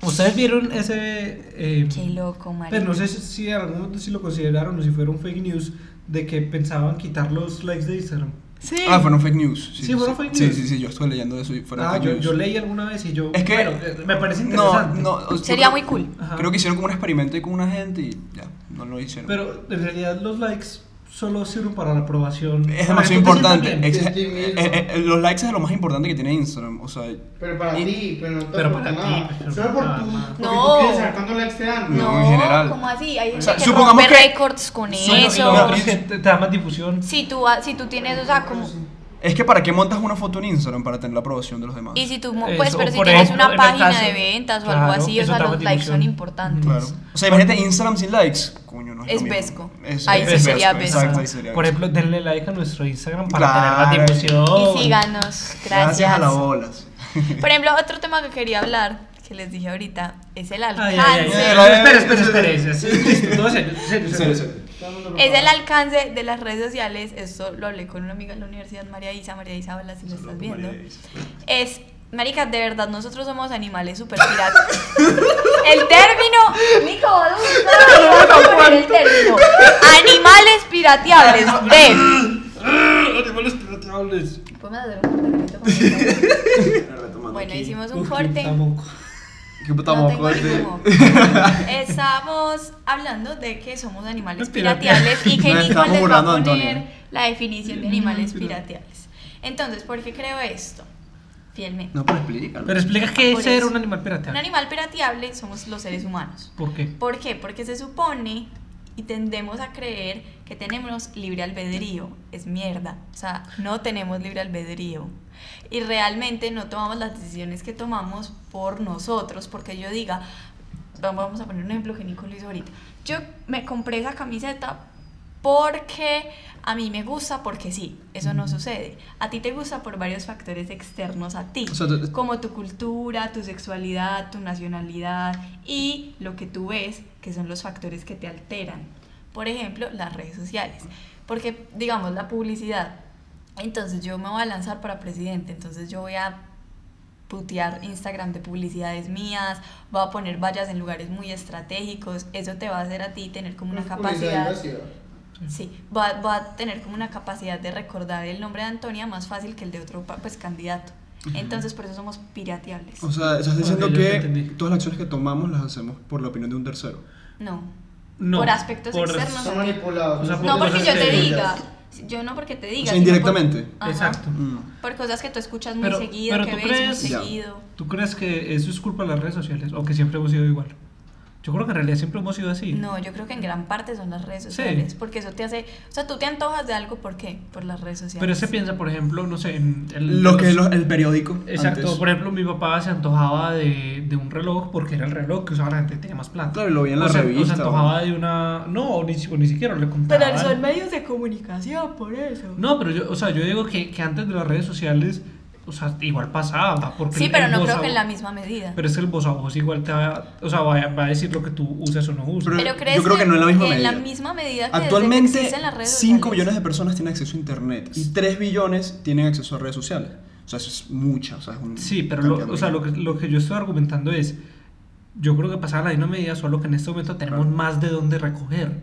Speaker 3: ¿Ustedes vieron ese... eh,
Speaker 2: Qué loco, María.
Speaker 3: Pues no sé si- si en algún momento si lo consideraron o si fueron fake news de que pensaban quitar los likes de Instagram.
Speaker 2: Sí.
Speaker 1: Ah, fueron fake news.
Speaker 3: Sí, fueron fake
Speaker 1: Sí,
Speaker 3: news.
Speaker 1: sí, sí, yo estuve leyendo eso y fueron
Speaker 3: Ah,
Speaker 1: fake
Speaker 3: yo,
Speaker 1: news.
Speaker 3: yo leí alguna vez y yo...
Speaker 1: Es que.
Speaker 3: bueno, eh, me parece
Speaker 1: no,
Speaker 3: interesante.
Speaker 1: no, o- yo
Speaker 2: Sería
Speaker 1: creo-
Speaker 2: muy cool.
Speaker 3: Ajá.
Speaker 1: Creo que hicieron como un experimento ahí con una gente y ya, no lo hicieron.
Speaker 3: Pero en realidad los likes solo sirven para la aprobación.
Speaker 1: es
Speaker 3: Para que
Speaker 1: demasiado
Speaker 3: tú te sientas
Speaker 1: importante.
Speaker 3: bien.
Speaker 1: Ex-
Speaker 4: De ti mismo.
Speaker 1: eh, eh, eh, los likes es lo más importante que tiene Instagram. O sea,
Speaker 4: Pero para
Speaker 1: Y-
Speaker 4: ti, pero no te
Speaker 3: pero
Speaker 4: por
Speaker 3: para
Speaker 4: nada.
Speaker 3: ti, pero
Speaker 4: Solo por
Speaker 3: nada
Speaker 4: tu.
Speaker 3: más.
Speaker 4: porque
Speaker 2: No. Ah,
Speaker 4: tú quieres saber cuánto likes te dan.
Speaker 1: No, en general.
Speaker 2: ¿Cómo así? Hay gente
Speaker 1: O sea,
Speaker 2: que
Speaker 1: supongamos
Speaker 2: rompe
Speaker 1: que-
Speaker 2: récords con
Speaker 1: Bueno,
Speaker 3: Bueno, y
Speaker 2: eso.
Speaker 3: lo
Speaker 1: No,
Speaker 3: otro es que te, te da más difusión.
Speaker 2: Si tú, ha- si tú tienes, o sea, como...
Speaker 1: es que ¿para qué montas una foto en Instagram para tener la aprobación de los demás?
Speaker 2: Y si tú, mo-
Speaker 3: Eso,
Speaker 2: pues, pero si
Speaker 3: por
Speaker 2: tienes
Speaker 3: ejemplo,
Speaker 2: una
Speaker 3: en el
Speaker 2: página
Speaker 3: caso-
Speaker 2: de ventas o algo
Speaker 3: Claro,
Speaker 2: así, o
Speaker 3: eso
Speaker 2: sea,
Speaker 3: da
Speaker 2: los
Speaker 3: más
Speaker 2: likes son
Speaker 3: difusión.
Speaker 2: importantes.
Speaker 1: Claro. O sea, imagínate Instagram sin likes. Coño, no es, lo
Speaker 2: Es
Speaker 1: mismo.
Speaker 2: vesco.
Speaker 1: Es-
Speaker 2: Ahí
Speaker 1: es
Speaker 2: sí sería vesco.
Speaker 1: Exacto, ahí sería
Speaker 3: Por
Speaker 1: vesco.
Speaker 3: ejemplo, denle like a nuestro Instagram para tener
Speaker 1: Claro.
Speaker 3: más difusión.
Speaker 2: Y síganos, gracias.
Speaker 1: Gracias a la bolas.
Speaker 2: Por ejemplo, otro tema que quería hablar, que les dije ahorita, es el
Speaker 3: Ay,
Speaker 2: alcance.
Speaker 3: ay, ay,
Speaker 1: Alcance.
Speaker 3: ay, Espera, espera, espera. Listo, todo serio, serio, serio.
Speaker 2: Es el alcance de las redes sociales. Esto lo hablé con una amiga de la universidad, María Isa. María Isa, hola si lo estás viendo. Es Marica, de verdad, nosotros somos animales super piratas. el término. Nico, ¿dónde está? Vamos a poner el término. Animales pirateables. De.
Speaker 3: Animales pirateables.
Speaker 2: ¿Podemos hacer un corte? por favor? Bueno,
Speaker 1: aquí.
Speaker 2: hicimos un
Speaker 3: Uf,
Speaker 2: corte.
Speaker 3: tampoco.
Speaker 1: ¿Qué puta este?
Speaker 2: No tengo
Speaker 1: mocote?
Speaker 2: ni cómo. Estamos hablando de que somos animales
Speaker 3: Los pirateables.
Speaker 2: pirateables y que
Speaker 1: No,
Speaker 2: Nico
Speaker 1: estamos
Speaker 2: les va a
Speaker 1: burlando a
Speaker 2: poner
Speaker 1: Antonio.
Speaker 2: la definición de animales pirateables.
Speaker 3: pirateables.
Speaker 2: Entonces, ¿por qué creo esto? Fielmente.
Speaker 1: No, pero explícalo.
Speaker 3: Pero explica qué
Speaker 2: Por
Speaker 3: es ser
Speaker 2: eso.
Speaker 3: un animal
Speaker 2: Un
Speaker 3: pirateable.
Speaker 2: animal pirateable somos los seres humanos.
Speaker 3: ¿Por qué?
Speaker 2: ¿Por qué? Porque se supone y tendemos a creer que tenemos libre albedrío. Es mierda. O sea, no tenemos libre albedrío. Y realmente no tomamos las decisiones que tomamos por nosotros, porque yo diga, va- vamos a poner un ejemplo que Nico lo hizo ahorita. Yo me compré esa camiseta porque a mí me gusta, porque sí, eso no sucede. A ti te gusta por varios factores externos a ti
Speaker 1: O sea, tú-
Speaker 2: como tu cultura, tu sexualidad, tu nacionalidad y lo que tú ves, que son los factores que te alteran. Por ejemplo, las redes sociales. Porque, digamos, la publicidad. Entonces yo me voy a lanzar para presidente, entonces yo voy a putear Instagram de publicidades mías, voy a poner vallas en lugares muy estratégicos, eso te va a hacer a ti tener como una
Speaker 4: Pues,
Speaker 2: capacidad... Sí, va, va a tener como una capacidad de recordar el nombre de Antonia más fácil que el de otro pa- pues, candidato. Entonces, por eso somos pirateables.
Speaker 1: O sea, estás
Speaker 3: Ok,
Speaker 1: diciendo
Speaker 3: yo te
Speaker 1: que
Speaker 3: entendí.
Speaker 1: todas las acciones que tomamos las hacemos por la opinión de un tercero.
Speaker 2: No.
Speaker 3: No,
Speaker 2: por aspectos
Speaker 3: por-
Speaker 2: externos.
Speaker 4: Son manipulados.
Speaker 3: O sea,
Speaker 2: No porque yo te
Speaker 3: Porque-
Speaker 2: diga. Yo no porque te diga.
Speaker 1: O sea,
Speaker 2: sino
Speaker 1: indirectamente.
Speaker 2: Por, Ajá,
Speaker 3: Exacto.
Speaker 1: Mm.
Speaker 2: por cosas que tú escuchas muy
Speaker 3: Pero-
Speaker 2: seguido,
Speaker 3: pero
Speaker 2: que
Speaker 3: tú
Speaker 2: ves
Speaker 3: crees-
Speaker 2: muy
Speaker 1: Ya.
Speaker 2: seguido.
Speaker 3: ¿Tú crees que eso es culpa de las redes sociales o que siempre hemos sido igual? Yo creo que en realidad siempre hemos sido así.
Speaker 2: No, yo creo que en gran parte son las redes sociales. Porque eso te hace. O sea, tú te antojas de algo, ¿por qué? Por las redes sociales.
Speaker 3: Pero se piensa, por ejemplo, no sé, en el-
Speaker 1: Lo
Speaker 3: los-
Speaker 1: que lo- el periódico.
Speaker 3: Exacto,
Speaker 1: antes.
Speaker 3: por ejemplo, mi papá se antojaba de, de un reloj porque era el reloj que usaba la gente que tenía más plata.
Speaker 1: Claro, lo veía en la
Speaker 3: o se- O se
Speaker 1: revista,
Speaker 3: antojaba de una. No, o ni, si- o ni siquiera le contaba.
Speaker 2: Pero son medios de comunicación, por eso.
Speaker 3: No, pero yo, o sea, yo digo que, que antes de las redes sociales, o sea, igual pasaba. Porque
Speaker 2: sí,
Speaker 3: el-
Speaker 2: pero
Speaker 3: el
Speaker 2: no
Speaker 3: voz
Speaker 2: creo
Speaker 3: a
Speaker 2: que en
Speaker 3: voz-
Speaker 2: la misma medida.
Speaker 3: Pero es que el voz a voz igual te va, o sea, va, a- va a decir lo que tú usas o no usas.
Speaker 1: Pero-
Speaker 2: Pero
Speaker 1: yo
Speaker 2: crees
Speaker 1: creo que no en la misma
Speaker 2: en
Speaker 1: medida.
Speaker 2: la misma medida que desde que
Speaker 1: Actualmente,
Speaker 2: existen las redes
Speaker 1: 5
Speaker 2: sociales.
Speaker 1: millones de personas tienen acceso a Internet y 3 billones tienen acceso a redes sociales. O sea, eso es mucha. O sea, es un
Speaker 3: Sí, pero
Speaker 1: cantidad
Speaker 3: lo,
Speaker 1: muy
Speaker 3: o sea, lo,
Speaker 1: grande.
Speaker 3: que, lo que yo estoy argumentando es, yo creo que pasaba la misma medida, solo que en este momento tenemos
Speaker 1: Claro.
Speaker 3: más de dónde recoger.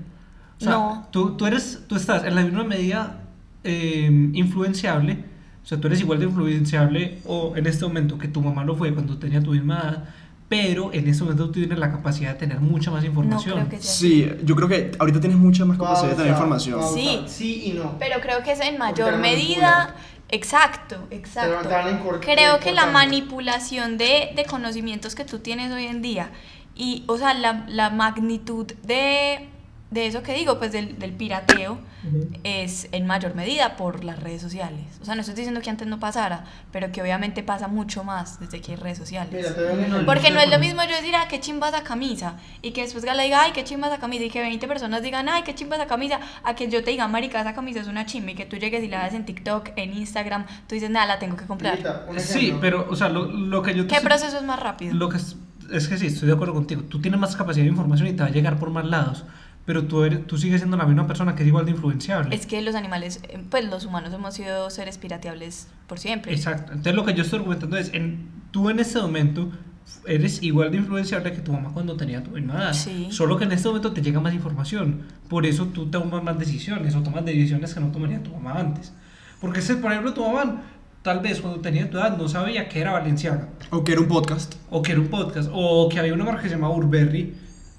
Speaker 3: O sea,
Speaker 2: No.
Speaker 3: tú, tú, eres, tú estás en la misma medida eh, influenciable, o sea, tú eres igual de influenciable o en este momento que tu mamá lo fue cuando tenía tu misma edad, pero en este momento tú tienes la capacidad de tener mucha más información.
Speaker 2: No creo que sea así.
Speaker 1: Sí, yo creo que ahorita tienes mucha más capacidad de tener información.
Speaker 2: pausa. Sí.
Speaker 4: Sí y no.
Speaker 2: Pero creo que es en
Speaker 4: Porque
Speaker 2: mayor
Speaker 4: la
Speaker 2: medida.
Speaker 4: manipulan.
Speaker 2: Exacto, exacto.
Speaker 4: Pero la encor-
Speaker 2: Creo que la
Speaker 4: encortando.
Speaker 2: manipulación de, de conocimientos que tú tienes hoy en día y, o sea, la, la magnitud de, de eso que digo, pues del, del pirateo, es en mayor medida por las redes sociales. O sea, no estoy diciendo que antes no pasara, pero que obviamente pasa mucho más desde que hay redes sociales.
Speaker 4: Mira, te doy un ejemplo.
Speaker 2: Porque no es lo
Speaker 3: Bueno.
Speaker 2: mismo yo decir, ah, qué chimba esa camisa. Y que después Gala diga, ay, qué chimba esa camisa. Y que 20 personas digan, ay, qué chimba esa camisa. A que yo te diga, marica, esa camisa es una chimba. Y que tú llegues y la veas en TikTok, en Instagram. Tú dices, nada, la tengo que comprar.
Speaker 4: Ahorita, un
Speaker 3: Sí,
Speaker 4: ejemplo.
Speaker 3: pero, o sea, lo, lo que yo te
Speaker 2: ¿Qué
Speaker 3: estoy-
Speaker 2: proceso es más rápido?
Speaker 3: pues, Lo que es, es que sí, estoy de acuerdo contigo. Tú tienes más capacidad de información y te va a llegar por más lados. Pero tú, eres, tú sigues siendo la misma persona que es igual de influenciable.
Speaker 2: Es que los animales, eh, pues los humanos hemos sido seres pirateables por siempre.
Speaker 3: Exacto. Entonces lo que yo estoy argumentando es, en, tú en este momento eres igual de influenciable que tu mamá cuando tenía tu misma edad.
Speaker 2: Sí.
Speaker 3: Solo que en este momento te llega más información. Por eso tú tomas más decisiones o tomas decisiones que no tomaría tu mamá antes. Porque, ese, por ejemplo, tu mamá tal vez cuando tenía tu edad no sabía que era valenciana.
Speaker 1: O que era un podcast.
Speaker 3: o que era un podcast, o que había una marca que se llamaba Burberry,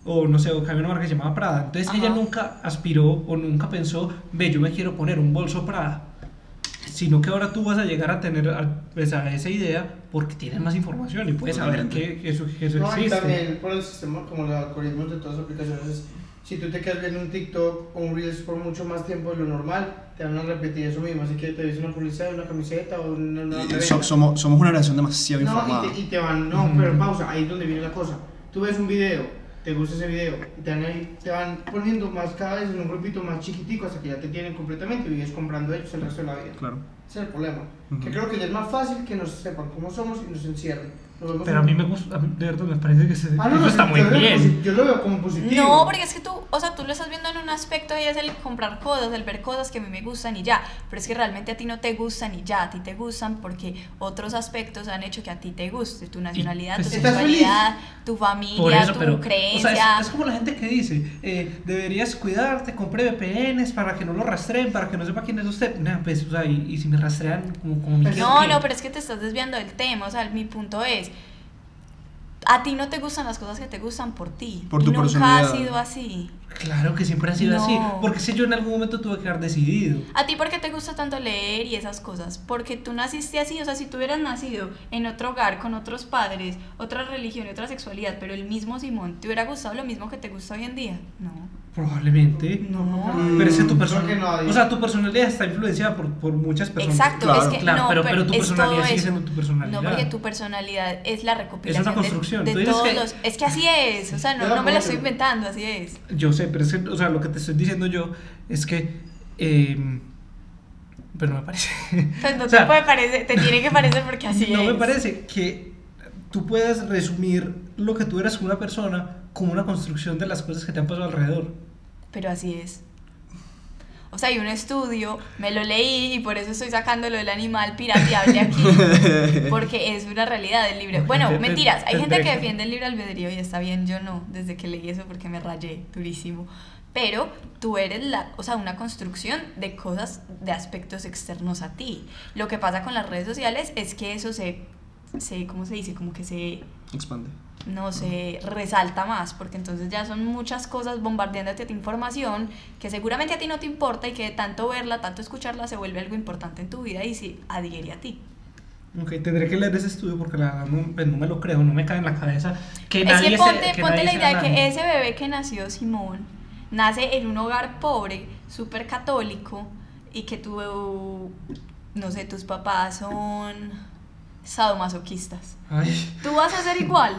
Speaker 3: o no sé, o que había una marca que se llamaba Prada. Entonces
Speaker 2: Ajá.
Speaker 3: ella nunca aspiró o nunca pensó, ve, yo me quiero poner un bolso Prada. Sino que ahora tú vas a llegar a tener a, pues, a esa idea porque tienes más información y puedes saber
Speaker 1: Totalmente.
Speaker 3: que, que eso, que eso
Speaker 4: No, y
Speaker 3: existe.
Speaker 4: también por el sistema, como los algoritmos de todas las aplicaciones, si tú te quedas viendo un TikTok o un Reels por mucho más tiempo de lo normal, te van a repetir eso mismo. Así que te ves una publicidad, una camiseta o una. una
Speaker 1: Eh,
Speaker 4: reventa.
Speaker 1: so- somos, somos una relación demasiado
Speaker 4: no,
Speaker 1: informada.
Speaker 4: y te, y te van, no, pero pausa, ahí es donde viene la cosa. Tú ves un video, te gusta ese video, y te van, ahí- te van poniendo más cada vez en un grupito más chiquitico hasta que ya te tienen completamente y vives comprando ellos el resto de la vida.
Speaker 1: Claro.
Speaker 4: Ese es el problema. Que
Speaker 1: Ujú.
Speaker 4: creo que ya es más fácil que nos sepan cómo somos y nos encierren. Nos vemos
Speaker 3: Pero a
Speaker 4: en-
Speaker 3: mí me gusta, a mí de verdad me parece que se,
Speaker 4: Ah, no,
Speaker 3: eso
Speaker 4: no,
Speaker 3: está
Speaker 4: yo
Speaker 3: muy
Speaker 4: lo veo
Speaker 3: bien.
Speaker 4: posi- Yo lo veo como positivo.
Speaker 2: No, porque es que tú, o sea, tú lo estás viendo en un aspecto y es el comprar cosas, el ver cosas que a mí me gustan y ya, pero es que realmente a ti no te gustan y ya, a ti te gustan porque otros aspectos han hecho que a ti te guste, tu nacionalidad,
Speaker 3: pues,
Speaker 2: tu
Speaker 4: ¿estás feliz?
Speaker 2: sexualidad, tu
Speaker 3: Por
Speaker 2: familia,
Speaker 3: eso,
Speaker 2: tu
Speaker 3: pero. o
Speaker 2: creencia.
Speaker 3: sea, es, es como la gente que dice: eh, deberías cuidarte, compré VPNs para que no lo rastreen, para que no sepa quién es usted. Nah, pues, o sea, y, y si me rastrean, como, como me
Speaker 4: Pues
Speaker 3: quedo,
Speaker 2: No,
Speaker 3: ¿qué?
Speaker 2: no, pero es que te estás desviando del tema. O sea, mi punto es, a ti no te gustan las cosas que te gustan por ti.
Speaker 1: Por
Speaker 2: y
Speaker 1: tu
Speaker 2: nunca ha
Speaker 1: personalidad.
Speaker 2: sido así.
Speaker 3: Claro que siempre ha sido
Speaker 2: No.
Speaker 3: así. Porque si yo en algún momento tuve que haber decidido.
Speaker 2: ¿A ti por qué te gusta tanto leer y esas cosas? Porque tú naciste así, o sea, si tú hubieras nacido en otro hogar, con otros padres, otra religión y otra sexualidad, pero el mismo Simón, ¿te hubiera gustado lo mismo que te gusta hoy en día? No.
Speaker 3: Probablemente.
Speaker 2: No.
Speaker 1: Mm,
Speaker 3: Pero es que tu
Speaker 4: creo que
Speaker 3: personalidad.
Speaker 4: nadie.
Speaker 3: o sea, tu personalidad está influenciada por, por muchas personas.
Speaker 2: Exacto,
Speaker 1: Claro.
Speaker 2: es que
Speaker 3: Claro,
Speaker 2: no,
Speaker 3: pero- pero tu
Speaker 2: es
Speaker 3: personalidad
Speaker 2: todo
Speaker 3: sigue
Speaker 2: eso.
Speaker 3: siendo tu personalidad.
Speaker 2: No, porque tu personalidad es la recopilación de-
Speaker 3: construcción.
Speaker 2: de,
Speaker 3: Tú dices
Speaker 2: todos
Speaker 3: que-
Speaker 2: los- Es que así es, o sea, no,
Speaker 4: Yo la
Speaker 2: no me lo
Speaker 4: puedo
Speaker 2: estoy
Speaker 4: creer.
Speaker 2: inventando, así es.
Speaker 3: Yo sé, pero es que, o sea, lo que te estoy diciendo yo es que. eh, pero no me parece.
Speaker 2: Pues no
Speaker 3: O sea,
Speaker 2: te puede parecer, te tiene que parecer porque así
Speaker 3: no
Speaker 2: es.
Speaker 3: me parece que tú puedas resumir lo que tú eras como una persona como una construcción de las cosas que te han pasado alrededor.
Speaker 2: Pero así es. O sea, hay un estudio, me lo leí y por eso estoy sacando lo del animal pirateable aquí. Porque es una realidad del libre.
Speaker 3: Porque
Speaker 2: Bueno,
Speaker 3: te- te-
Speaker 2: mentiras. Hay gente que
Speaker 3: tendré que-
Speaker 2: defiende el libre albedrío y está bien, yo no, desde que leí eso porque me rayé durísimo. Pero tú eres la, o sea, una construcción de cosas, de aspectos externos a ti. Lo que pasa con las redes sociales es que eso se, se ¿cómo se dice? Como que se
Speaker 1: Expande.
Speaker 2: no sé, resalta más, porque entonces ya son muchas cosas bombardeándote de información que seguramente a ti no te importa y que de tanto verla, tanto escucharla, se vuelve algo importante en tu vida y se adhiere a ti.
Speaker 3: Ok, tendré que leer ese estudio porque la verdad no, pues, no me lo creo, no me cae en la cabeza. Que
Speaker 2: es
Speaker 3: nadie
Speaker 2: que
Speaker 3: se-
Speaker 2: ponte,
Speaker 3: que
Speaker 2: ponte
Speaker 3: nadie
Speaker 2: la
Speaker 3: sea
Speaker 2: idea de
Speaker 3: nadie.
Speaker 2: que ese bebé que nació Simón nace en un hogar pobre, súper católico, y que tu, no sé, tus papás son sadomasoquistas.
Speaker 3: Ay.
Speaker 2: Tú vas a ser igual.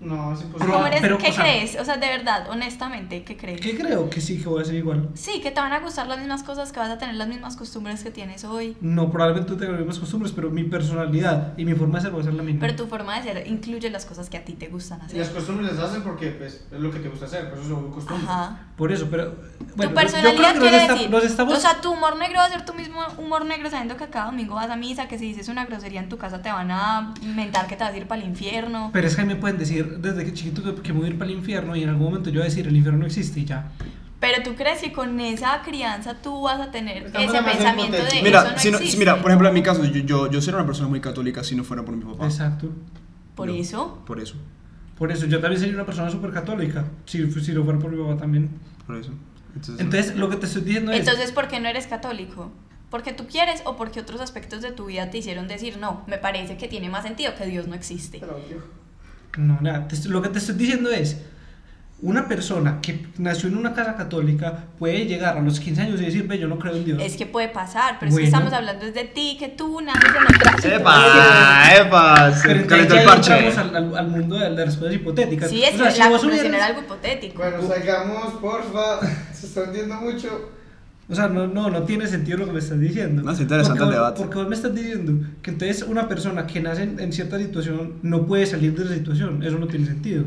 Speaker 4: No, es
Speaker 3: Pues, Pero-
Speaker 4: imposible.
Speaker 2: ¿Cómo eres?
Speaker 3: pero,
Speaker 2: ¿Qué
Speaker 3: o sea-
Speaker 2: crees? O sea, de verdad, honestamente, ¿qué crees?
Speaker 3: Que creo que sí, que voy a ser igual.
Speaker 2: Sí, que te van a gustar las mismas cosas, que vas a tener las mismas costumbres que tienes hoy.
Speaker 3: No, probablemente tenga las mismas costumbres, pero mi personalidad y mi forma de ser va a ser la misma.
Speaker 2: Pero tu forma de ser incluye las cosas que a ti te gustan
Speaker 4: Y las
Speaker 2: hacer.
Speaker 4: costumbres las hacen porque pues, es lo que te gusta hacer, por eso son costumbres.
Speaker 2: Ajá.
Speaker 3: Por eso, pero. bueno,
Speaker 2: tu
Speaker 3: yo- yo
Speaker 2: personalidad
Speaker 3: creo que
Speaker 2: quiere
Speaker 3: nos, está-
Speaker 2: decir.
Speaker 3: nos estamos.
Speaker 2: O sea, tu humor negro va a ser tu mismo humor negro sabiendo que cada domingo vas a misa, que si dices una grosería en tu casa te van a mentar que te vas a ir para el infierno.
Speaker 3: Pero es que a mí me pueden decir desde que chiquito que, que me voy a ir para el infierno y en algún momento yo voy a decir el infierno no existe y ya.
Speaker 2: Pero tú crees que con esa crianza tú vas a tener
Speaker 4: Estamos
Speaker 2: ese
Speaker 4: demasiado
Speaker 2: pensamiento de
Speaker 4: hipotéticos.
Speaker 1: Mira,
Speaker 2: eso no
Speaker 1: si no-
Speaker 2: existe.
Speaker 1: mira, por ejemplo, en mi caso, yo, yo, yo sería una persona muy católica si no fuera por mi papá.
Speaker 3: Exacto.
Speaker 2: Por
Speaker 1: Yo-
Speaker 2: eso.
Speaker 1: Por eso,
Speaker 3: Por eso yo también sería una persona súper católica. Si, si lo fuera por mi papá también.
Speaker 1: por eso. Entonces,
Speaker 3: Entonces, lo que te estoy diciendo es.
Speaker 2: Entonces, ¿por qué no eres católico? ¿Porque tú quieres o porque otros aspectos de tu vida te hicieron decir, no, me parece que tiene más sentido que Dios no existe?
Speaker 4: Pero, tío,
Speaker 3: No, nada. te estoy- lo que te estoy diciendo es, una persona que nació en una casa católica puede llegar a los 15 años y decir, ve, yo no creo en Dios.
Speaker 2: Es que puede pasar, pero es que
Speaker 3: Bueno.
Speaker 2: estamos hablando es de ti, que tú naces en otra situación.
Speaker 1: ¡Epa! ¡Epa! Se
Speaker 3: entonces
Speaker 1: calentó
Speaker 3: ya
Speaker 1: el parche.
Speaker 3: entramos al, al- al mundo de las cosas hipotéticas.
Speaker 2: Sí, es
Speaker 3: O
Speaker 2: que
Speaker 3: sea, si
Speaker 2: la
Speaker 3: vos
Speaker 2: conclusión
Speaker 3: hubieras-
Speaker 2: era algo hipotético.
Speaker 4: Bueno, salgamos, porfa. Se está hundiendo mucho.
Speaker 3: O sea, no, no, no tiene sentido lo que me estás diciendo.
Speaker 1: No, es interesante
Speaker 3: Porque
Speaker 1: el
Speaker 3: vos-
Speaker 1: debate.
Speaker 3: Porque vos me estás diciendo que entonces una persona que nace en, en cierta situación no puede salir de esa situación. Eso no tiene sentido.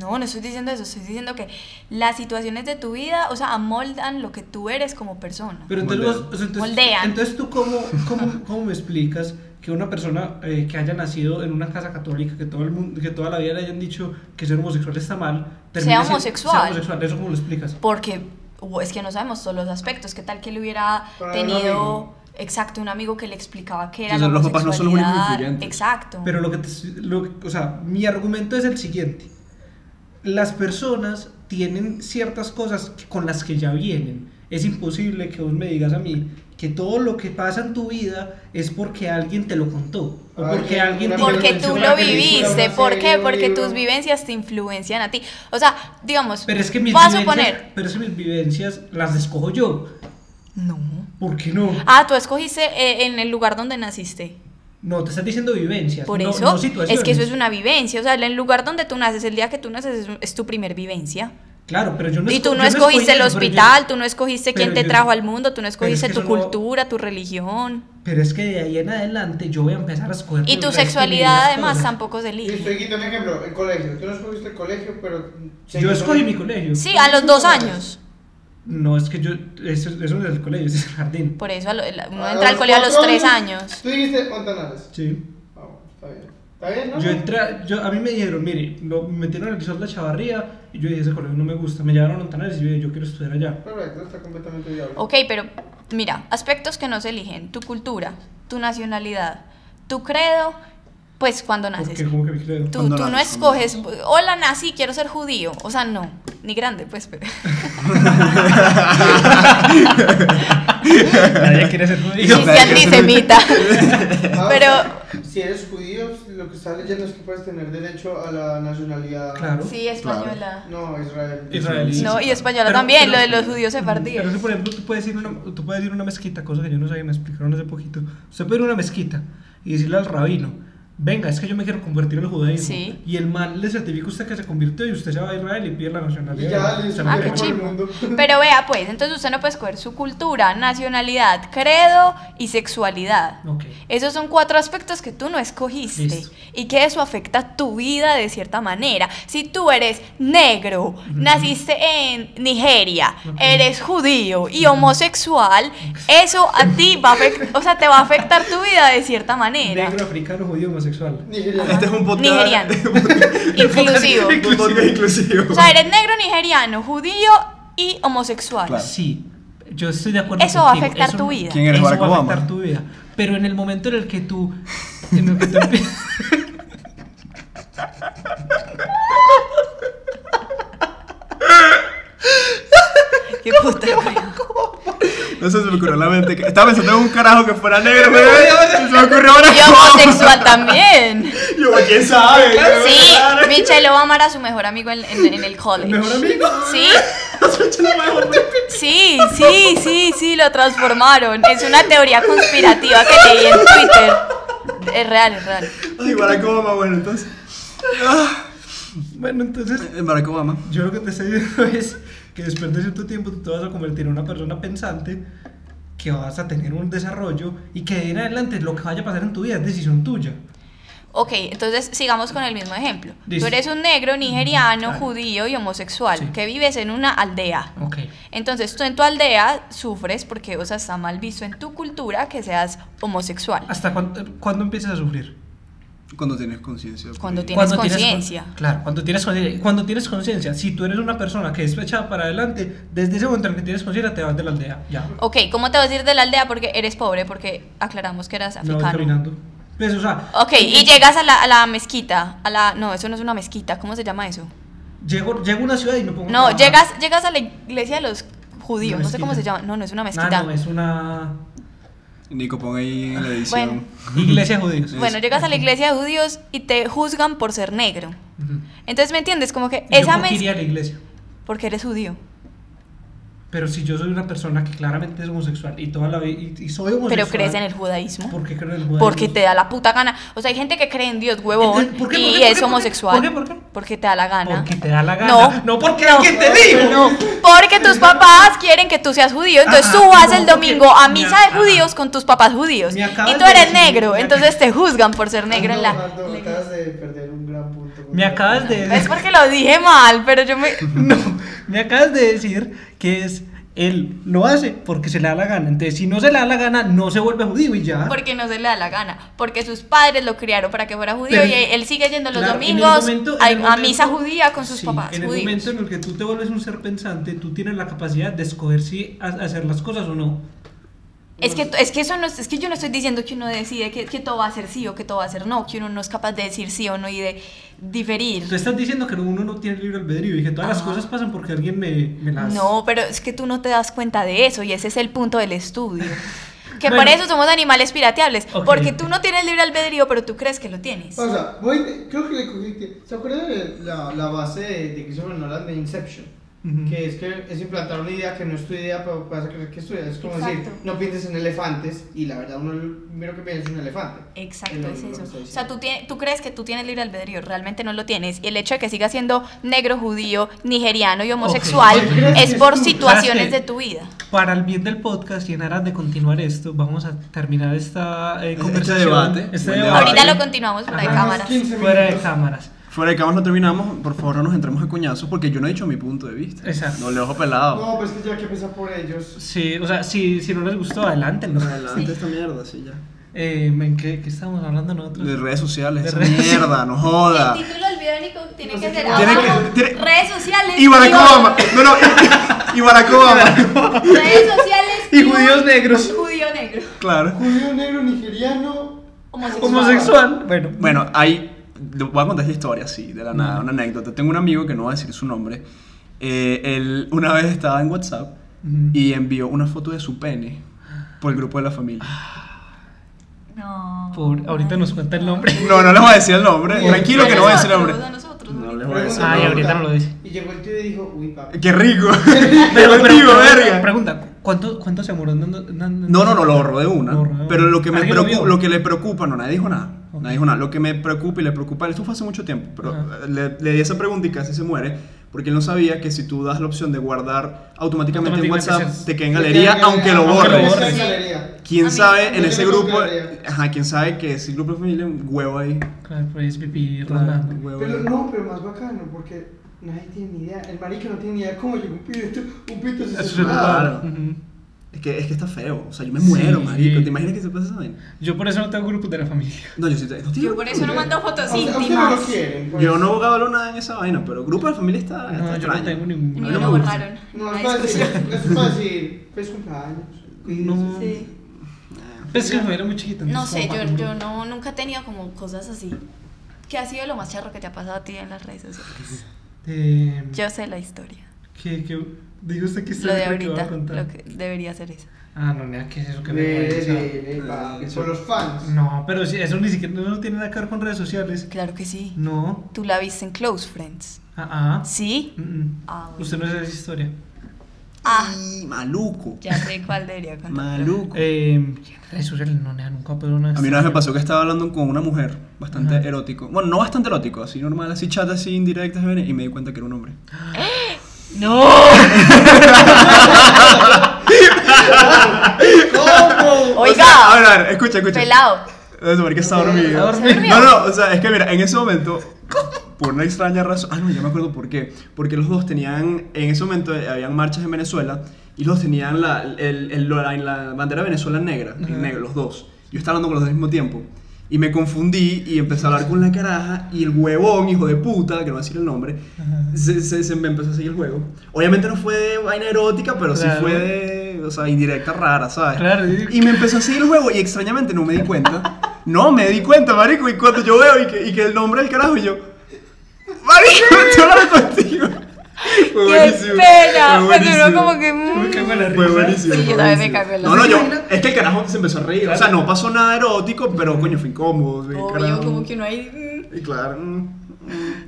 Speaker 2: No, no estoy diciendo eso, estoy diciendo que las situaciones de tu vida, o sea, amoldan lo que tú eres como persona.
Speaker 3: Pero entonces,
Speaker 1: Moldean.
Speaker 3: vos- o sea, entonces,
Speaker 2: Moldean.
Speaker 3: entonces tú cómo, cómo, cómo me explicas que una persona eh, que haya nacido en una casa católica, que todo el mundo, que toda la vida le hayan dicho que ser homosexual está mal, termine
Speaker 2: Sea
Speaker 3: siendo-
Speaker 2: homosexual.
Speaker 3: sea homosexual, eso cómo lo explicas.
Speaker 2: Porque o es que no sabemos todos los aspectos, qué tal que él hubiera
Speaker 4: Pero era un
Speaker 2: tenido,
Speaker 4: amigo.
Speaker 2: exacto, un amigo que le explicaba que era
Speaker 1: Entonces,
Speaker 2: la
Speaker 1: los papás no son los únicos
Speaker 2: homosexualidad.
Speaker 1: influyentes.
Speaker 2: Exacto.
Speaker 3: Pero lo que te, lo- o sea, mi argumento es el siguiente. Las personas tienen ciertas cosas que- con las que ya vienen. Es imposible que vos me digas a mí que todo lo que pasa en tu vida es porque alguien te lo contó. O
Speaker 4: Ay,
Speaker 3: porque
Speaker 4: una
Speaker 3: alguien te lo
Speaker 2: Porque
Speaker 4: Una
Speaker 2: tú
Speaker 3: mencionó en
Speaker 2: lo
Speaker 3: la
Speaker 4: película,
Speaker 2: viviste,
Speaker 4: una
Speaker 2: ¿por
Speaker 4: serie,
Speaker 2: qué?
Speaker 4: un
Speaker 2: Porque
Speaker 4: libro.
Speaker 2: tus vivencias te influencian a ti. O sea, digamos,
Speaker 3: Pero es que mis
Speaker 2: vas a
Speaker 3: vivencias,
Speaker 2: suponer,
Speaker 3: pero es que mis vivencias las escojo yo.
Speaker 2: no.
Speaker 3: ¿Por qué no?
Speaker 2: Ah, tú escogiste eh, en el lugar donde naciste.
Speaker 3: No, te estás diciendo vivencias.
Speaker 2: Por
Speaker 3: no-
Speaker 2: eso
Speaker 3: no
Speaker 2: es
Speaker 3: situaciones.
Speaker 2: que eso es una vivencia. O sea, el lugar donde tú naces, el día que tú naces es, es tu primer vivencia.
Speaker 3: Claro, pero yo no
Speaker 2: y
Speaker 3: esco-
Speaker 2: tú
Speaker 3: yo
Speaker 2: no escogiste
Speaker 3: escogí
Speaker 2: el
Speaker 3: eso, pero yo-
Speaker 2: hospital, tú no escogiste
Speaker 3: pero
Speaker 2: quién te
Speaker 3: yo-
Speaker 2: trajo al mundo, tú no
Speaker 3: pero es
Speaker 2: escogiste
Speaker 3: que
Speaker 2: tu
Speaker 3: eso no-
Speaker 2: cultura, tu religión.
Speaker 3: Pero es que de ahí en adelante yo voy a empezar a escoger.
Speaker 2: Y
Speaker 3: por
Speaker 2: tu
Speaker 3: las que me
Speaker 2: sexualidad
Speaker 3: las
Speaker 2: además
Speaker 3: cosas.
Speaker 2: tampoco se
Speaker 4: Y
Speaker 2: elige.
Speaker 4: estoy quitando un ejemplo, el colegio. Tú no escogiste el colegio, pero.
Speaker 3: Yo escogí mi colegio.
Speaker 2: Sí, a los dos años.
Speaker 3: No, es que yo. Eso, eso es el colegio, ese es el jardín.
Speaker 2: Por eso a lo- la- uno
Speaker 4: A
Speaker 2: entra al
Speaker 4: los
Speaker 2: colegio a los
Speaker 4: cuatro
Speaker 2: tres años.
Speaker 4: Ah, Tú dijiste Montanales.
Speaker 3: Sí.
Speaker 4: Ah, bueno, está bien. Está bien, ¿no?
Speaker 3: Yo entré, yo, a mí me dijeron, mire, lo, me metieron al Rizal de Chavarría y yo dije, ese colegio no me gusta. Me llevaron a Montanales y yo dije, yo quiero estudiar allá.
Speaker 4: Perfecto, está completamente viable.
Speaker 2: Ok, pero mira, aspectos que no se eligen. Tu cultura, tu nacionalidad, tu credo, pues cuando naces.
Speaker 3: Porque como que me creo.
Speaker 2: Tú,
Speaker 1: Cuando
Speaker 2: tú no
Speaker 1: naces,
Speaker 2: escoges, hola nací, quiero ser judío. O sea, no, ni grande, pues, pero.
Speaker 3: Nadie quiere ser
Speaker 2: Sí, sí,
Speaker 3: judío.
Speaker 1: nadie quiere ser
Speaker 2: antisemita.
Speaker 4: Ah,
Speaker 2: Pero-
Speaker 4: o sea, Si eres judío, lo que está leyendo es que puedes tener derecho a la nacionalidad.
Speaker 3: Claro.
Speaker 2: Sí, española.
Speaker 4: No, a Israel.
Speaker 3: Israelí.
Speaker 2: No, y española
Speaker 3: Pero-
Speaker 2: también,
Speaker 3: pero-
Speaker 2: lo de los judíos
Speaker 3: Pero
Speaker 2: separados.
Speaker 3: es que, por ejemplo, tú puedes, ir a una, tú puedes ir a una mezquita, cosa que yo no sabía, me explicaron hace poquito. Usted puede ir a una mezquita y decirle al rabino, venga, es que yo me quiero convertir al judaísmo.
Speaker 2: Sí.
Speaker 3: Y el man le certifica a usted que se convirtió y usted se va a Israel y pierde la
Speaker 4: Y
Speaker 3: nacionalidad.
Speaker 4: ya,
Speaker 3: Se
Speaker 4: listo.
Speaker 3: lo
Speaker 2: Ah,
Speaker 3: lleva.
Speaker 2: qué
Speaker 4: por el
Speaker 2: chimbo.
Speaker 4: mundo.
Speaker 2: Pero vea, pues, entonces usted no puede escoger su cultura, nacionalidad, credo y sexualidad.
Speaker 3: Ok.
Speaker 2: Esos son cuatro aspectos que tú no escogiste
Speaker 3: Listo.
Speaker 2: y que eso afecta tu vida de cierta manera. Si tú eres negro, naciste en Nigeria,
Speaker 3: Ok.
Speaker 2: eres judío y homosexual, eso a ti va a afectar, o sea, te va a afectar tu vida de cierta manera.
Speaker 3: Negro, africano, judío, homosexual.
Speaker 4: Nigeriano.
Speaker 1: Este es un podcast.
Speaker 2: Nigeriano. Inclusivo.
Speaker 1: Un podcast inclusivo.
Speaker 2: O sea, eres negro, nigeriano, judío y homosexual.
Speaker 1: Claro.
Speaker 3: Sí, yo estoy de acuerdo
Speaker 2: Eso va a
Speaker 3: contigo,
Speaker 2: afectar
Speaker 3: eso-
Speaker 2: tu vida.
Speaker 1: ¿Quién eres,
Speaker 3: eso
Speaker 1: Barack
Speaker 3: va a
Speaker 1: Obama?
Speaker 3: afectar tu vida. Pero en el momento en el que tú... En el que tú empie-
Speaker 2: Qué puta, weón.
Speaker 1: No sé, se me ocurrió la mente. que- Estaba pensando en un carajo que fuera negro, pero se me ocurrió
Speaker 2: Y
Speaker 1: ahora.
Speaker 2: homosexual también.
Speaker 1: Yo, ¿quién sabe?
Speaker 2: Sí, Michelle Obama era su mejor amigo en, en- en el college.
Speaker 1: ¿Mejor amigo?
Speaker 2: Sí,
Speaker 1: Michelle
Speaker 2: sí, sí, sí, sí, lo transformaron. Es una teoría conspirativa que leí en Twitter. Es real, es real.
Speaker 1: Ay, Barack Obama, bueno, entonces.
Speaker 3: bueno, entonces...
Speaker 1: Eh, Barack Obama.
Speaker 3: Yo lo que te estoy diciendo es que después de cierto tiempo tú te vas a convertir en una persona pensante, que vas a tener un desarrollo y que de ahí en adelante lo que vaya a pasar en tu vida es decisión tuya.
Speaker 2: Ok, entonces sigamos con el mismo ejemplo. Tú
Speaker 3: Listo.
Speaker 2: eres un negro, nigeriano,
Speaker 3: Claro.
Speaker 2: judío y homosexual
Speaker 3: Sí.
Speaker 2: que vives en una aldea.
Speaker 3: Ok.
Speaker 2: Entonces tú en tu aldea sufres porque, o sea, está mal visto en tu cultura que seas homosexual.
Speaker 3: ¿Hasta cuándo, cuándo empiezas a sufrir?
Speaker 1: Cuando tienes conciencia. pues, por
Speaker 2: Cuando
Speaker 1: ahí.
Speaker 2: tienes
Speaker 3: Cuando
Speaker 2: conciencia.
Speaker 3: Claro, cuando tienes conciencia. Cuando tienes conciencia, si tú eres una persona que es fechada para adelante, desde ese momento en que tienes conciencia te vas de la aldea. Ya.
Speaker 2: Ok, ¿cómo te vas a ir de la aldea? Porque eres pobre, porque aclaramos que eras
Speaker 3: Me voy
Speaker 2: africano.
Speaker 3: caminando. Pues, o sea,
Speaker 2: ok, y llegas a la, a la mezquita, a la... No, eso no es una mezquita, ¿cómo se llama eso?
Speaker 3: llego, llego a una ciudad y me pongo. a
Speaker 2: No,
Speaker 3: trabajar.
Speaker 2: llegas, llegas a la iglesia de los judíos,
Speaker 3: Una
Speaker 2: no sé cómo se
Speaker 3: mezquita.
Speaker 2: llama, no, no es una
Speaker 3: Ah,
Speaker 2: mezquita.
Speaker 3: no, es una
Speaker 1: Nico, pon ahí en la edición.
Speaker 2: Bueno.
Speaker 3: iglesia judía.
Speaker 2: Bueno, llegas a la iglesia de judíos y te juzgan por ser negro.
Speaker 3: Ujú.
Speaker 2: Entonces, ¿me entiendes? Como que
Speaker 3: Yo
Speaker 2: esa
Speaker 3: por qué
Speaker 2: mezquita...
Speaker 3: iría a la iglesia.
Speaker 2: Porque eres judío.
Speaker 3: Pero si yo soy una persona que claramente es homosexual y toda la vida y, y soy homosexual.
Speaker 2: Pero crees en el judaísmo.
Speaker 3: ¿Por qué creo en el judaísmo?
Speaker 2: Porque te da la puta gana. O sea, hay gente que cree en Dios, huevón,
Speaker 3: ¿Por qué? ¿Por qué?
Speaker 2: y
Speaker 3: ¿Por qué?
Speaker 2: es
Speaker 3: ¿Por qué?
Speaker 2: homosexual.
Speaker 3: ¿Por qué? ¿Por qué?
Speaker 2: Porque te da la gana.
Speaker 3: Porque te da la gana.
Speaker 2: No.
Speaker 3: no porque alguien te dijo.
Speaker 4: No.
Speaker 2: Porque tus papás quieren que tú seas judío, entonces
Speaker 3: Ajá,
Speaker 2: tú vas
Speaker 3: no,
Speaker 2: el
Speaker 3: porque-
Speaker 2: domingo a misa
Speaker 3: Mira,
Speaker 2: de judíos con tus papás judíos.
Speaker 3: Me acabas
Speaker 2: Y tú
Speaker 3: de
Speaker 2: eres
Speaker 3: decir-
Speaker 2: negro,
Speaker 3: me
Speaker 2: entonces te juzgan por ser negro en
Speaker 4: Ando,
Speaker 2: la...
Speaker 4: Ando, acabas de perder un gran punto.
Speaker 3: Me acabas de
Speaker 2: Es porque lo dije mal, pero yo me...
Speaker 3: No, me acabas de decir que es él lo hace porque se le da la gana. Entonces, si no se le da la gana, no se vuelve judío y ya.
Speaker 2: Porque no se le da la gana, porque sus padres lo criaron para que fuera judío
Speaker 3: Pero-
Speaker 2: y él sigue yendo los
Speaker 3: Claro, en el
Speaker 2: domingos
Speaker 3: momento- en
Speaker 2: a,
Speaker 3: el
Speaker 2: a misa
Speaker 3: momento-
Speaker 2: judía con sus
Speaker 3: Sí,
Speaker 2: papás
Speaker 3: En el
Speaker 2: judíos.
Speaker 3: momento en el que tú te vuelves un ser pensante, tú tienes la capacidad de escoger si ha- hacer las cosas o no.
Speaker 2: Es que, es que eso no, es que yo no estoy diciendo que uno decide que, que todo va a ser sí o que todo va a ser no, que uno no es capaz de decir sí o no y de diferir.
Speaker 3: Tú estás diciendo que uno no tiene libre albedrío y que todas las
Speaker 2: Ajá.
Speaker 3: cosas pasan porque alguien me, me las.
Speaker 2: No, pero es que tú no te das cuenta de eso y ese es el punto del estudio. Que por
Speaker 3: Bueno.
Speaker 2: eso somos animales pirateables,
Speaker 3: Ok. Pues,
Speaker 2: porque tú no tienes libre albedrío, pero tú crees que lo tienes.
Speaker 4: Pausa, voy, creo que le cogí. ¿Se acuerdan de la, la base de, de Christopher Nolan de Inception?
Speaker 3: Ujú.
Speaker 4: que es que es implantar una idea que no es tu idea, pero vas a creer que es tu idea. Es como decir,
Speaker 2: Exacto.
Speaker 4: no pienses en elefantes y la verdad uno lo primero que piensa es un elefante. Es
Speaker 2: Exacto,
Speaker 4: lo
Speaker 2: es
Speaker 4: único que
Speaker 2: eso.
Speaker 4: estoy
Speaker 2: O sea,
Speaker 4: diciendo.
Speaker 2: tú, tie- tú crees que tú tienes libre albedrío, realmente no lo tienes. Y el hecho de que sigas siendo negro, judío, nigeriano y homosexual
Speaker 4: Oye, ¿crees
Speaker 2: es
Speaker 4: que
Speaker 2: por
Speaker 4: es tú?
Speaker 2: situaciones
Speaker 3: ¿Sabes qué?
Speaker 2: de tu vida.
Speaker 3: Para el bien del podcast y en aras de continuar esto, vamos a terminar esta eh,
Speaker 1: Este
Speaker 3: conversación.
Speaker 1: debate,
Speaker 3: Este
Speaker 1: buen
Speaker 3: debate.
Speaker 1: debate.
Speaker 2: Ahorita lo continuamos por ahí,
Speaker 3: Ajá.
Speaker 2: cámaras.
Speaker 4: 15
Speaker 3: Fuera de
Speaker 4: minutos.
Speaker 3: cámaras.
Speaker 1: Fuera de cámara lo terminamos, por favor no nos entremos a cuñazos porque yo no he dicho mi punto de vista.
Speaker 3: Exacto.
Speaker 1: No le ojo pelado.
Speaker 4: No, pues que ya hay que empezar por ellos.
Speaker 3: Sí, o sea, si, si no les gustó, adelante.
Speaker 1: Adelante esta mierda, sí ya.
Speaker 3: Eh, ¿En qué, qué estábamos hablando nosotros?
Speaker 1: De redes sociales,
Speaker 3: De
Speaker 1: esa
Speaker 3: redes-
Speaker 1: mierda, no joda.
Speaker 2: El título del video, Nico, tiene
Speaker 4: No
Speaker 2: que
Speaker 4: sé
Speaker 2: ser
Speaker 4: cómo.
Speaker 1: Tiene que-
Speaker 2: abajo,
Speaker 1: tiene-
Speaker 2: redes sociales.
Speaker 1: Y Barack
Speaker 2: guión,
Speaker 1: Obama. No, no. Y Barack Obama.
Speaker 2: Redes sociales.
Speaker 3: Y
Speaker 2: guión,
Speaker 3: judíos negros.
Speaker 2: Judío negro.
Speaker 1: Claro.
Speaker 4: Judío negro nigeriano.
Speaker 2: Homosexual.
Speaker 3: Homosexual. Bueno,
Speaker 1: Bueno, hay. Voy a contar esta historia, sí, de la nada, una anécdota. Tengo un amigo que no voy a decir su nombre. eh, él una vez estaba en WhatsApp
Speaker 3: Ujú.
Speaker 1: y envió una foto de su pene por el grupo de la familia.
Speaker 2: No.
Speaker 3: Pobre- ahorita nos cuenta el nombre.
Speaker 1: No, no les voy a decir el nombre.
Speaker 4: Bien.
Speaker 1: Tranquilo que no voy a decir el nombre.
Speaker 2: A nosotros,
Speaker 1: No
Speaker 2: ahorita.
Speaker 1: les voy a decir.
Speaker 3: Ay,
Speaker 1: el nombre.
Speaker 3: ahorita no lo dice.
Speaker 4: Y llegó el tío y dijo, uy, papá.
Speaker 1: Qué rico.
Speaker 3: Pero, pero,
Speaker 1: Digo,
Speaker 3: pero,
Speaker 1: verga.
Speaker 3: Pregunta, ¿cuánto, cuánto se demoró? No, no,
Speaker 1: No, no, no, lo ahorró de una.
Speaker 3: Lo ahorró de
Speaker 1: pero
Speaker 3: una.
Speaker 1: lo que, me
Speaker 3: ¿Alguien lo
Speaker 1: preocupa,
Speaker 3: vio?
Speaker 1: lo que le preocupa, no, nadie dijo nada.
Speaker 3: Ok.
Speaker 1: Nadie dijo nada. Lo que me preocupa y le preocupa, esto fue hace mucho tiempo, pero
Speaker 3: Ajá.
Speaker 1: le, le di esa pregunta y casi se muere. Porque él no sabía que si tú das la opción de guardar automáticamente en
Speaker 3: Automáticamente
Speaker 1: WhatsApp,
Speaker 3: se-
Speaker 1: te queda en galería, aunque lo
Speaker 3: aunque lo
Speaker 1: borres.
Speaker 3: borres.
Speaker 1: ¿Quién
Speaker 2: A mí-
Speaker 1: sabe en
Speaker 4: Yo
Speaker 1: ese
Speaker 4: tengo
Speaker 1: grupo?
Speaker 4: galería.
Speaker 1: Ajá, ¿quién sabe que ese grupo de familia, un huevo ahí?
Speaker 3: Claro, pues pipí
Speaker 1: un
Speaker 3: rondando.
Speaker 1: huevo
Speaker 4: Pero
Speaker 1: ahí.
Speaker 4: no, pero más bacano, porque nadie tiene ni idea. El marica no tiene ni idea cómo llegó un pito, un pito a su
Speaker 3: Eso es
Speaker 4: celular.
Speaker 1: Claro.
Speaker 3: verdad. Ujú.
Speaker 1: Es, que, es que está feo. O sea, yo me muero,
Speaker 3: Sí.
Speaker 1: marico. ¿Te imaginas que se pasa esa vaina?
Speaker 3: Yo por eso no tengo grupos de la familia.
Speaker 1: No, yo sí. te- no, tío,
Speaker 2: Yo por eso no mando fotos
Speaker 4: A usted- a usted no lo
Speaker 2: íntimas.
Speaker 4: quieren. pues.
Speaker 1: Yo no abogado nada en esa vaina, pero grupo de familia está.
Speaker 3: No,
Speaker 1: está
Speaker 3: yo no
Speaker 1: extraño.
Speaker 3: tengo
Speaker 2: Y
Speaker 3: ningún.
Speaker 2: me
Speaker 1: no
Speaker 2: lo
Speaker 1: me gusta.
Speaker 2: borraron.
Speaker 4: No,
Speaker 2: Una
Speaker 4: es para decir,
Speaker 2: discusión.
Speaker 4: es para decir, feliz cumpleaños.
Speaker 3: No.
Speaker 2: Sí.
Speaker 3: Pues que yo era muy chiquita.
Speaker 2: No
Speaker 3: entonces,
Speaker 2: sé,
Speaker 3: como
Speaker 2: yo,
Speaker 3: para-
Speaker 2: yo no, nunca he tenido como cosas así. ¿Qué ha sido lo más charro que te ha pasado a ti en las redes sociales?
Speaker 3: Eh,
Speaker 2: Yo sé la historia.
Speaker 3: ¿Qué, qué? Digo usted que
Speaker 2: Lo de
Speaker 3: que va
Speaker 2: ahorita,
Speaker 3: a contar.
Speaker 2: lo que debería ser eso.
Speaker 3: Ah, no, mira, ¿qué es eso que me
Speaker 4: Ve,
Speaker 3: parece?
Speaker 4: ve, ve, papi, Por los fans.
Speaker 3: No, pero si- eso ni siquiera no tiene nada que ver con redes sociales.
Speaker 2: Claro que sí.
Speaker 3: No.
Speaker 2: Tú la viste en Close Friends.
Speaker 3: Ah, ah.
Speaker 2: ¿Sí?
Speaker 3: Mm, mm.
Speaker 2: Ah, bueno.
Speaker 3: Usted no sabe esa historia.
Speaker 2: Ah,
Speaker 1: Y maluco.
Speaker 2: ya sé cuál debería contar.
Speaker 1: Maluco.
Speaker 3: Eh, redes sociales no, nea, nunca, pero una
Speaker 1: A mí una vez me pasó que estaba hablando con una mujer bastante
Speaker 3: Ajá.
Speaker 1: erótico. Bueno, no bastante erótico, así normal, así chat, así indirectas, ¿ven? y me di cuenta que era un hombre.
Speaker 2: ¡No!
Speaker 4: ¿Cómo?
Speaker 1: O sea, a
Speaker 2: Oiga,
Speaker 1: ver, a ver, escucha, escucha.
Speaker 2: pelado.
Speaker 1: Es porque está dormido.
Speaker 3: Está dormido.
Speaker 1: No, no, o sea, es que mira, en ese momento, por una extraña razón. Ah, no, ya me acuerdo por qué. Porque los dos tenían, en ese momento eh, habían marchas en Venezuela y los dos tenían la, el- el- la, la bandera de Venezuela en negra, en
Speaker 3: Ajá.
Speaker 1: negro, los dos. Yo estaba hablando con los dos al mismo tiempo. Y me confundí y empecé a hablar con la caraja y el huevón, hijo de puta, que no voy a decir el nombre,
Speaker 3: Ajá.
Speaker 1: se, se- se me empezó a seguir el juego. Obviamente no fue de vaina erótica, pero sí
Speaker 3: Claro.
Speaker 1: fue de, o sea, indirecta rara, ¿sabes?
Speaker 3: Claro, y-
Speaker 1: Y me empezó a seguir el juego y extrañamente no me di cuenta. No me di cuenta, marico. Y cuando yo veo y que, y que el nombre del carajo, y yo. ¡Marico, estoy hablando contigo! Fue
Speaker 2: ¡Qué pena!
Speaker 1: fue
Speaker 2: Pues uno
Speaker 1: buenísimo.
Speaker 2: como que...
Speaker 3: Yo me cago en
Speaker 2: mm.
Speaker 3: la
Speaker 1: Fue
Speaker 3: risa.
Speaker 1: buenísimo.
Speaker 2: Sí, yo
Speaker 1: fue
Speaker 2: también me
Speaker 1: buenísimo.
Speaker 2: cago en la
Speaker 1: No, no, yo.
Speaker 2: risa.
Speaker 1: Es que el carajo se empezó a reír. O sea, no pasó nada erótico, pero coño, fue incómodo. el
Speaker 2: Obvio,
Speaker 1: carajo.
Speaker 2: como que uno ahí... mm.
Speaker 1: Y claro. mm,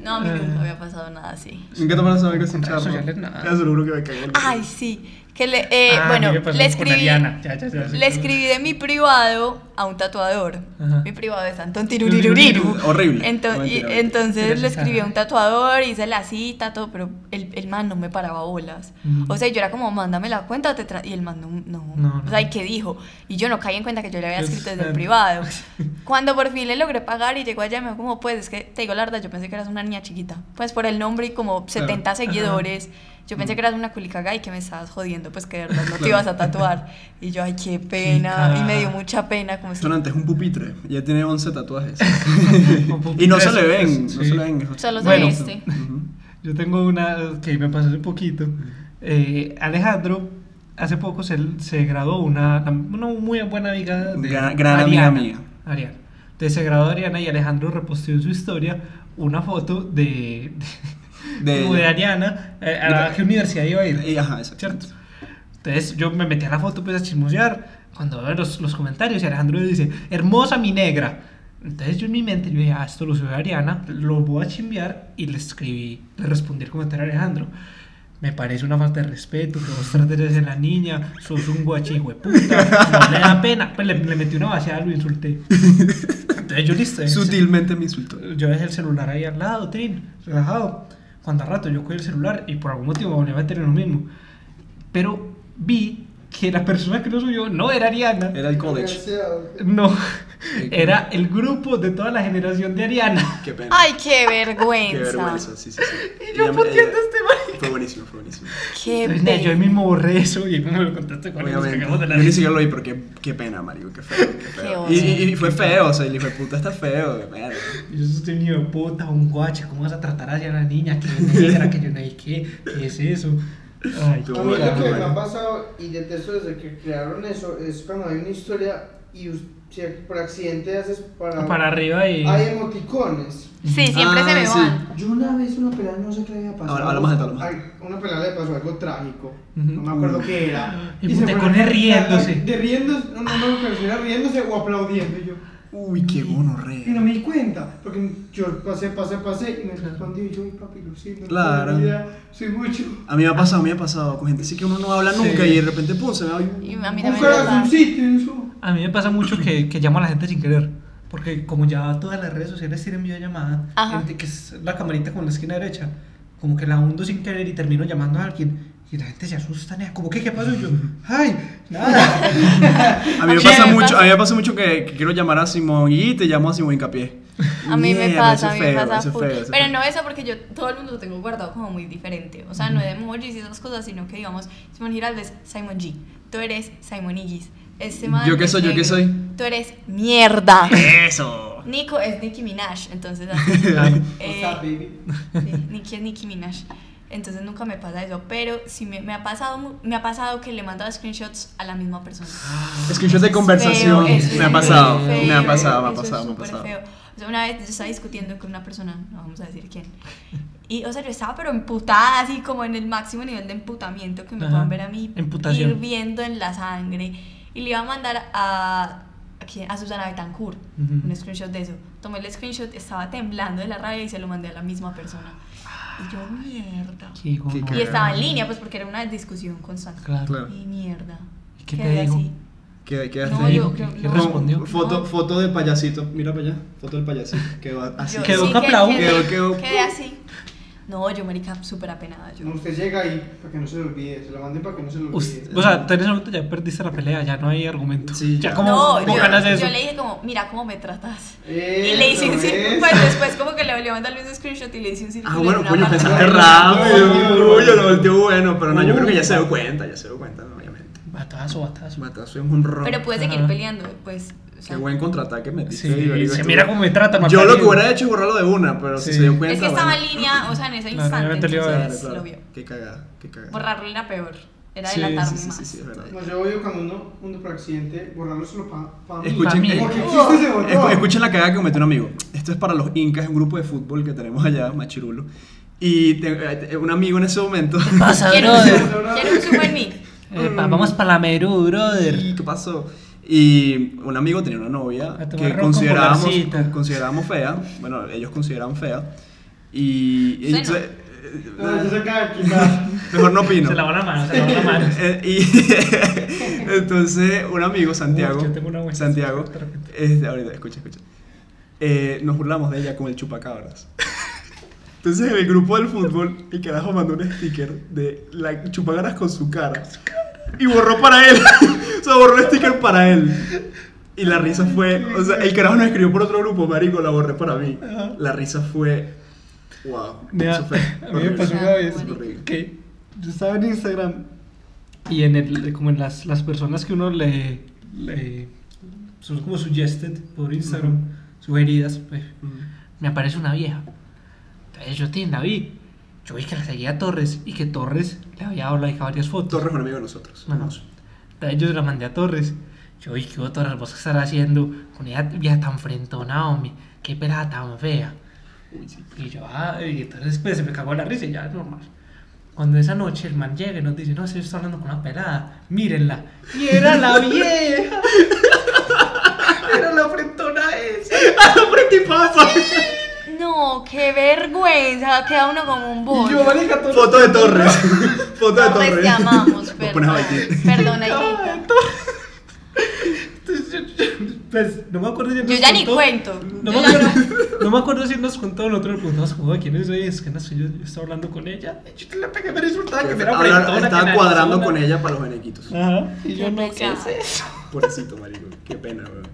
Speaker 2: No, a mí nunca había pasado nada así.
Speaker 1: mm. ¿En qué te pasa a ver que es un
Speaker 3: Con redes
Speaker 1: charro?
Speaker 3: sociales, nada.
Speaker 1: Te aseguro que me cagué. en la
Speaker 2: Ay, sí. Que le, eh,
Speaker 3: Ah, a mí
Speaker 2: bueno,
Speaker 3: me pasó
Speaker 2: le
Speaker 3: con
Speaker 2: escribí,
Speaker 3: Ariana. Ya, ya, ya, sí,
Speaker 2: le escribí de mi privado a un tatuador.
Speaker 3: Ajá.
Speaker 2: Mi privado es Antón Tirurururiru.
Speaker 1: Horrible.
Speaker 2: Ento-
Speaker 1: No,
Speaker 2: y-
Speaker 1: mentira, mentira.
Speaker 2: entonces
Speaker 3: Tienes
Speaker 2: le
Speaker 3: esa-
Speaker 2: escribí a un tatuador, hice la cita, todo, pero el, el man no me paraba bolas.
Speaker 3: Ujú.
Speaker 2: O sea, yo era como, mándame la cuenta, te tra-". y el man no, no.
Speaker 3: No,
Speaker 2: O sea,
Speaker 3: no.
Speaker 2: ¿y qué dijo? Y yo no caí en cuenta que yo le había
Speaker 3: Pues,
Speaker 2: escrito desde el
Speaker 3: eh.
Speaker 2: privado. Cuando por fin le logré pagar y llegó allá, y me dijo, como, pues, es que te digo la verdad, yo pensé que eras una niña chiquita. Pues por el nombre y como 70 seguidores. Yo pensé que eras una culicaga y que me estabas jodiendo, pues que de verdad no te ibas a tatuar. Y yo, ay, qué pena. Y me dio
Speaker 3: cagada.
Speaker 2: mucha pena, como si
Speaker 1: Sonante es un pupitre, ya tiene 11 tatuajes.
Speaker 3: pupitre,
Speaker 1: y no se le ven,
Speaker 3: sí.
Speaker 1: no se le ven.
Speaker 2: Solo se
Speaker 3: Bueno.
Speaker 2: ve este.
Speaker 1: Ujú.
Speaker 3: Yo tengo una que me pasó hace poquito. Eh, Alejandro, hace poco se, se graduó una, una muy buena amiga de
Speaker 1: Gran- gran amiga mía.
Speaker 3: Ariana. Entonces se graduó Ariana y Alejandro reposteó en su historia una foto de,
Speaker 1: De
Speaker 3: de, como de
Speaker 1: ella.
Speaker 3: Ariana, eh, a la que universidad iba a ir.
Speaker 1: Y, ajá, exacto.
Speaker 3: ¿cierto? Entonces yo me metí a la foto pues a chismosear cuando veo los, los comentarios y Alejandro dice, hermosa mi negra. Entonces yo en mi mente yo dije, ah, esto lo subió Ariana, lo voy a chimbear y le escribí, le respondí el comentario a Alejandro. Me parece una falta de respeto que vos trates a la niña, sos un guachihueputa, no le da pena. Pues le, le metí una vaciada, lo insulté. Entonces yo listo. eh, dejé el cel-
Speaker 1: Sutilmente me insultó.
Speaker 3: Yo dejé el celular ahí al lado, Tin, relajado. Cuando a rato yo cogí el celular y por algún motivo me volví a meter en lo mismo. Pero vi que la persona que lo subió no era Ariana.
Speaker 1: Era el college.
Speaker 3: No,
Speaker 1: Eh,
Speaker 3: era el grupo de toda la generación de Ariana.
Speaker 1: Qué pena.
Speaker 2: Ay, qué vergüenza.
Speaker 1: Qué vergüenza, sí, sí, sí.
Speaker 3: Y yo
Speaker 1: Ella-
Speaker 3: puteando a
Speaker 1: ella-
Speaker 3: este man.
Speaker 1: Fue buenísimo, fue buenísimo.
Speaker 2: Qué
Speaker 3: Entonces, nada, yo ahí
Speaker 2: pena.
Speaker 3: mismo borré eso y no me lo contaste cuando nos
Speaker 1: Obviamente.
Speaker 3: cagamos de la
Speaker 1: Yo ni
Speaker 3: risa.
Speaker 1: siquiera lo vi porque qué pena, marico, qué feo. Qué feo.
Speaker 2: Qué
Speaker 1: y, y- y fue feo, o sea, el hijo de puta está feo, de mierda.
Speaker 3: Y Yo soy un hijo de puta, un guache, ¿cómo vas a tratar así a la niña? Que es negra, que yo no sé qué, qué es eso. Ay,
Speaker 1: Tú,
Speaker 4: A mí
Speaker 1: tú,
Speaker 4: lo que me
Speaker 1: bueno.
Speaker 4: ha pasado y detesto desde que crearon eso es cuando hay una historia y us- si por accidente haces para,
Speaker 3: para arriba y...
Speaker 4: hay emoticones.
Speaker 2: Sí, siempre
Speaker 1: Ah,
Speaker 2: se me
Speaker 1: sí.
Speaker 2: van.
Speaker 4: Yo una vez una pelada no sé qué le había pasado.
Speaker 1: Ahora- ahora más alto, ahora más
Speaker 4: Ay, Una pelada le pasó algo trágico.
Speaker 3: Ujú.
Speaker 4: No me acuerdo qué era.
Speaker 3: Y emoticones
Speaker 4: fue-
Speaker 3: riéndose.
Speaker 4: De riéndose, no, no me acuerdo si era riéndose o aplaudiendo y yo.
Speaker 1: Uy, qué
Speaker 4: Y no
Speaker 1: gonorrea.
Speaker 4: me di cuenta, porque yo pasé, pasé, pasé y me respondí y yo, "Ay, papi, lo siento.
Speaker 1: Claro.
Speaker 4: mi vida, Soy mucho.
Speaker 1: A mí me ha pasado, a mí me ha pasado con gente así que uno no habla
Speaker 3: Sí.
Speaker 1: nunca y de repente, pum, se me va
Speaker 2: Y a mí
Speaker 4: Un
Speaker 2: también me pasa.
Speaker 4: corazoncito y eso.
Speaker 3: A mí me pasa mucho que, que llamo a la gente sin querer. Porque como ya todas las redes sociales tienen videollamada,
Speaker 2: Ajá.
Speaker 3: gente que es la camarita con la esquina derecha, como que la hundo sin querer y termino llamando a alguien. Y la gente se asusta, nea, como que, ¿qué pasó? Y yo, ¡ay! Nada.
Speaker 1: A mí me
Speaker 2: Sí,
Speaker 1: pasa
Speaker 2: me
Speaker 1: mucho,
Speaker 2: pasa.
Speaker 1: a mí me pasa mucho que, que quiero llamar a Simón y te llamo a Simón Hincapié.
Speaker 2: A mí me
Speaker 1: Mierda, eso
Speaker 2: pasa, a
Speaker 1: es
Speaker 2: mí me
Speaker 1: feo,
Speaker 2: pasa
Speaker 1: eso es
Speaker 2: full.
Speaker 1: feo, eso es
Speaker 2: Pero
Speaker 1: feo.
Speaker 2: no eso porque yo todo el mundo lo tengo guardado como muy diferente. O sea, no de emojis y esas cosas, sino que digamos, Simón Giraldes, Simon G. Tú eres Simon Igis. Este man
Speaker 1: ¿Yo qué
Speaker 2: es
Speaker 1: soy? ¿Yo qué
Speaker 2: negro.
Speaker 1: soy?
Speaker 2: Tú eres mierda.
Speaker 1: Eso.
Speaker 2: Nico es Nicki Minaj, entonces así.
Speaker 3: Claro.
Speaker 2: Eh,
Speaker 4: What's up, baby?
Speaker 2: sí, Nicki es Nicki Minaj. Entonces nunca me pasa eso, pero sí me, me ha pasado mu- me ha pasado que le he mandado screenshots a la misma persona.
Speaker 1: Escuchas de
Speaker 2: Es
Speaker 1: conversación.
Speaker 2: feo, eso
Speaker 1: me ha
Speaker 2: es
Speaker 1: pasado,
Speaker 2: súper
Speaker 1: me ha
Speaker 2: feo,
Speaker 1: pasado, me ha
Speaker 2: eso
Speaker 1: pasado,
Speaker 2: es
Speaker 1: me ha
Speaker 2: súper
Speaker 1: pasado.
Speaker 2: feo. O sea, una vez yo estaba discutiendo con una persona, no vamos a decir quién. Y, o sea, yo estaba pero emputada, así como en el máximo nivel de emputamiento que me
Speaker 3: Ajá,
Speaker 2: puedan ver a mí
Speaker 3: emputación.
Speaker 2: hirviendo en la sangre. Y le iba a mandar a, ¿a, quién? a Susana Betancourt
Speaker 3: Ujú.
Speaker 2: un screenshot de eso. Tomé el screenshot, estaba temblando de la rabia y se lo mandé a la misma persona. Y yo, mierda.
Speaker 3: Qué hijo,
Speaker 1: Qué
Speaker 3: no.
Speaker 2: Y estaba en línea, pues porque era una discusión constante.
Speaker 3: Claro.
Speaker 1: Claro.
Speaker 2: Y mierda.
Speaker 3: ¿Y qué te
Speaker 2: Quedé
Speaker 3: dijo?
Speaker 2: así.
Speaker 1: ¿Qué, qué haces?
Speaker 2: No, yo, yo,
Speaker 3: ¿Qué
Speaker 2: yo-
Speaker 3: respondió?
Speaker 1: Foto,
Speaker 2: No.
Speaker 1: foto de payasito, mira para allá, foto del payasito. Quedó así.
Speaker 2: Yo-
Speaker 3: Quedó
Speaker 2: sí,
Speaker 3: caplao.
Speaker 2: quedé-
Speaker 1: Quedó- quedó-
Speaker 2: Quedé así. No, yo, marica, súper apenada. Yo.
Speaker 4: No, usted llega ahí para que no se lo olvide, se lo manden para que no se lo olvide.
Speaker 3: Usted- o sea, tú en ese momento ya perdiste la pelea, ya no hay argumento.
Speaker 1: Sí,
Speaker 3: ya.
Speaker 1: ya.
Speaker 3: como
Speaker 2: no,
Speaker 3: ¿cómo
Speaker 2: yo,
Speaker 3: ganas eso?
Speaker 2: yo le dije como, mira cómo me tratas.
Speaker 4: Eh,
Speaker 2: Y le hice un
Speaker 4: eso
Speaker 2: círculo.
Speaker 4: es.
Speaker 2: Pues después como que le volvió a mandar el mismo screenshot y le hice un círculo.
Speaker 1: Ah,
Speaker 2: en
Speaker 1: bueno,
Speaker 2: una
Speaker 1: coño,
Speaker 2: mano.
Speaker 1: pensaste
Speaker 4: Ay, no,
Speaker 1: rápido.
Speaker 4: no,
Speaker 1: Uy, yo lo
Speaker 4: no.
Speaker 1: volteo bueno, pero no, yo creo que ya se dio cuenta, ya se dio cuenta, no, obviamente.
Speaker 3: Batazo, batazo.
Speaker 1: Matazo es un ron.
Speaker 2: Pero pude seguir
Speaker 3: Ajá.
Speaker 2: peleando, pues. o sea,
Speaker 1: Qué buen contraataque metiste.
Speaker 3: Sí,
Speaker 1: Iberico,
Speaker 3: se
Speaker 1: estuvo-
Speaker 3: mira cómo me tratan.
Speaker 1: Yo lo que
Speaker 3: Macario.
Speaker 1: hubiera hecho es borrarlo de una, pero si
Speaker 3: Sí.
Speaker 1: se dio
Speaker 2: es
Speaker 1: cuenta.
Speaker 2: que estaba en
Speaker 1: bueno.
Speaker 2: línea, o sea, en ese
Speaker 3: Claro,
Speaker 2: instante,
Speaker 3: obviamente le iba a ver.
Speaker 2: entonces lo vio.
Speaker 1: Qué cagada, qué cagada.
Speaker 2: Borrarlo era peor, era
Speaker 3: Sí,
Speaker 2: adelantarme
Speaker 1: sí, sí,
Speaker 2: más.
Speaker 1: sí, sí, es verdad.
Speaker 4: No, yo odio cuando uno, uno por accidente, borrarlo solo para pa mí.
Speaker 1: Escuchen, eh,
Speaker 3: Familia.
Speaker 4: Porque existe ese
Speaker 1: Escu-
Speaker 4: botón.
Speaker 1: Escuchen la cagada que cometió un amigo. Esto es para los incas, un grupo de fútbol que tenemos allá, Machirulo. Y te- eh, un amigo en ese momento.
Speaker 3: pasa,
Speaker 2: Quiero un
Speaker 3: brother?
Speaker 2: zoom, quiero un zoom en mí.
Speaker 3: Epa,
Speaker 2: Mm.
Speaker 3: vamos para la Merú, brother.
Speaker 1: ¿Y qué pasó? Y un amigo tenía una novia
Speaker 3: A tomar ron
Speaker 1: que
Speaker 3: con
Speaker 1: considerábamos,
Speaker 3: Polarcita.
Speaker 1: considerábamos fea. Bueno, ellos consideraban fea. Y. y
Speaker 2: Suena.
Speaker 1: entonces-
Speaker 4: No, yo sé que quizás.
Speaker 1: mejor no opino.
Speaker 3: Ah. Se la van a mano, se la van a mano.
Speaker 1: Eh, y entonces un amigo Santiago
Speaker 3: Uf, yo tengo una buena
Speaker 1: Santiago
Speaker 3: historia, de repente.
Speaker 1: este, ahorita escucha escucha Eh, nos burlamos de ella con el chupacabras entonces en el grupo del fútbol el carajo mandó un sticker de la chupacabras con su cara y borró para él o sea borró el sticker para él y la risa fue o sea el carajo nos escribió por otro grupo marico la borré para mí
Speaker 3: Ajá.
Speaker 1: la risa fue wow
Speaker 3: Mira,
Speaker 1: eso fue
Speaker 3: a mí me pasó
Speaker 1: horrible.
Speaker 3: una vez
Speaker 1: Horrible.
Speaker 3: que yo estaba en Instagram y en el, como en las, las personas que uno le, le- son como suggested por Instagram, sugeridas, pues, me aparece una vieja. Entonces yo tin, la vi. Yo vi que la seguía a Torres y que Torres le había like a varias fotos.
Speaker 1: Torres es un amigo de nosotros
Speaker 3: Bueno, entonces yo se la mandé a Torres. Yo, uy, qué hubo, Torres, vos qué estarás haciendo con ella vieja tan frentona, hombre. Qué pelada tan fea.
Speaker 1: Uy, sí.
Speaker 3: Y yo, ah, y entonces pues, se me cagó la risa y ya, normal. Cuando esa noche el man llega y nos dice, no, si yo estoy hablando con una pelada, mírenla. Y era la vieja. era la frentona esa.
Speaker 1: ¡Ah, Frankie Papa!
Speaker 2: No, no, qué vergüenza. Queda uno como un
Speaker 4: Y
Speaker 2: bollo.
Speaker 4: yo, marica, todo-
Speaker 1: Foto de Torres. Foto de
Speaker 2: Torres,
Speaker 1: Torres.
Speaker 2: pues, te amamos,
Speaker 1: Lo pones a
Speaker 2: perdón.
Speaker 1: bailar.
Speaker 3: Ah,
Speaker 2: Perdona, hijita.
Speaker 3: Entonces, yo- yo- Pues no me acuerdo si
Speaker 2: Yo
Speaker 3: nos
Speaker 2: ya ni
Speaker 3: contó-
Speaker 2: cuento.
Speaker 3: No me,
Speaker 2: Yo ya
Speaker 3: acuerdo, no me acuerdo si nos contó nosotros le preguntamos como "Ay, quién es ella, es que no sé, yo, yo estaba hablando con ella. Yo te la pegué, me resultaba que me era
Speaker 1: Ahora
Speaker 3: frentona, que
Speaker 1: estaba
Speaker 3: era
Speaker 1: cuadrando
Speaker 3: arizona.
Speaker 1: con ella para los benequitos.
Speaker 3: Ajá. Y
Speaker 2: Qué
Speaker 3: yo no ¿qué es
Speaker 2: pesada.
Speaker 3: eso?
Speaker 1: Pobrecito, marico. Qué pena, weón.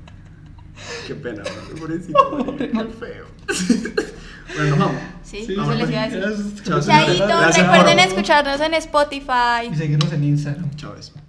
Speaker 1: Qué pena, weón. Pobrecito, marico. Qué feo. bueno, nos vamos.
Speaker 2: Sí,
Speaker 3: Sí,
Speaker 2: eso les iba a decir.
Speaker 3: gracias.
Speaker 1: Chao, señora.
Speaker 2: Chaito,
Speaker 1: Gracias,
Speaker 2: recuerden
Speaker 1: amor.
Speaker 2: escucharnos en
Speaker 3: Y
Speaker 2: Spotify.
Speaker 3: seguirnos en Instagram.
Speaker 1: Chávez.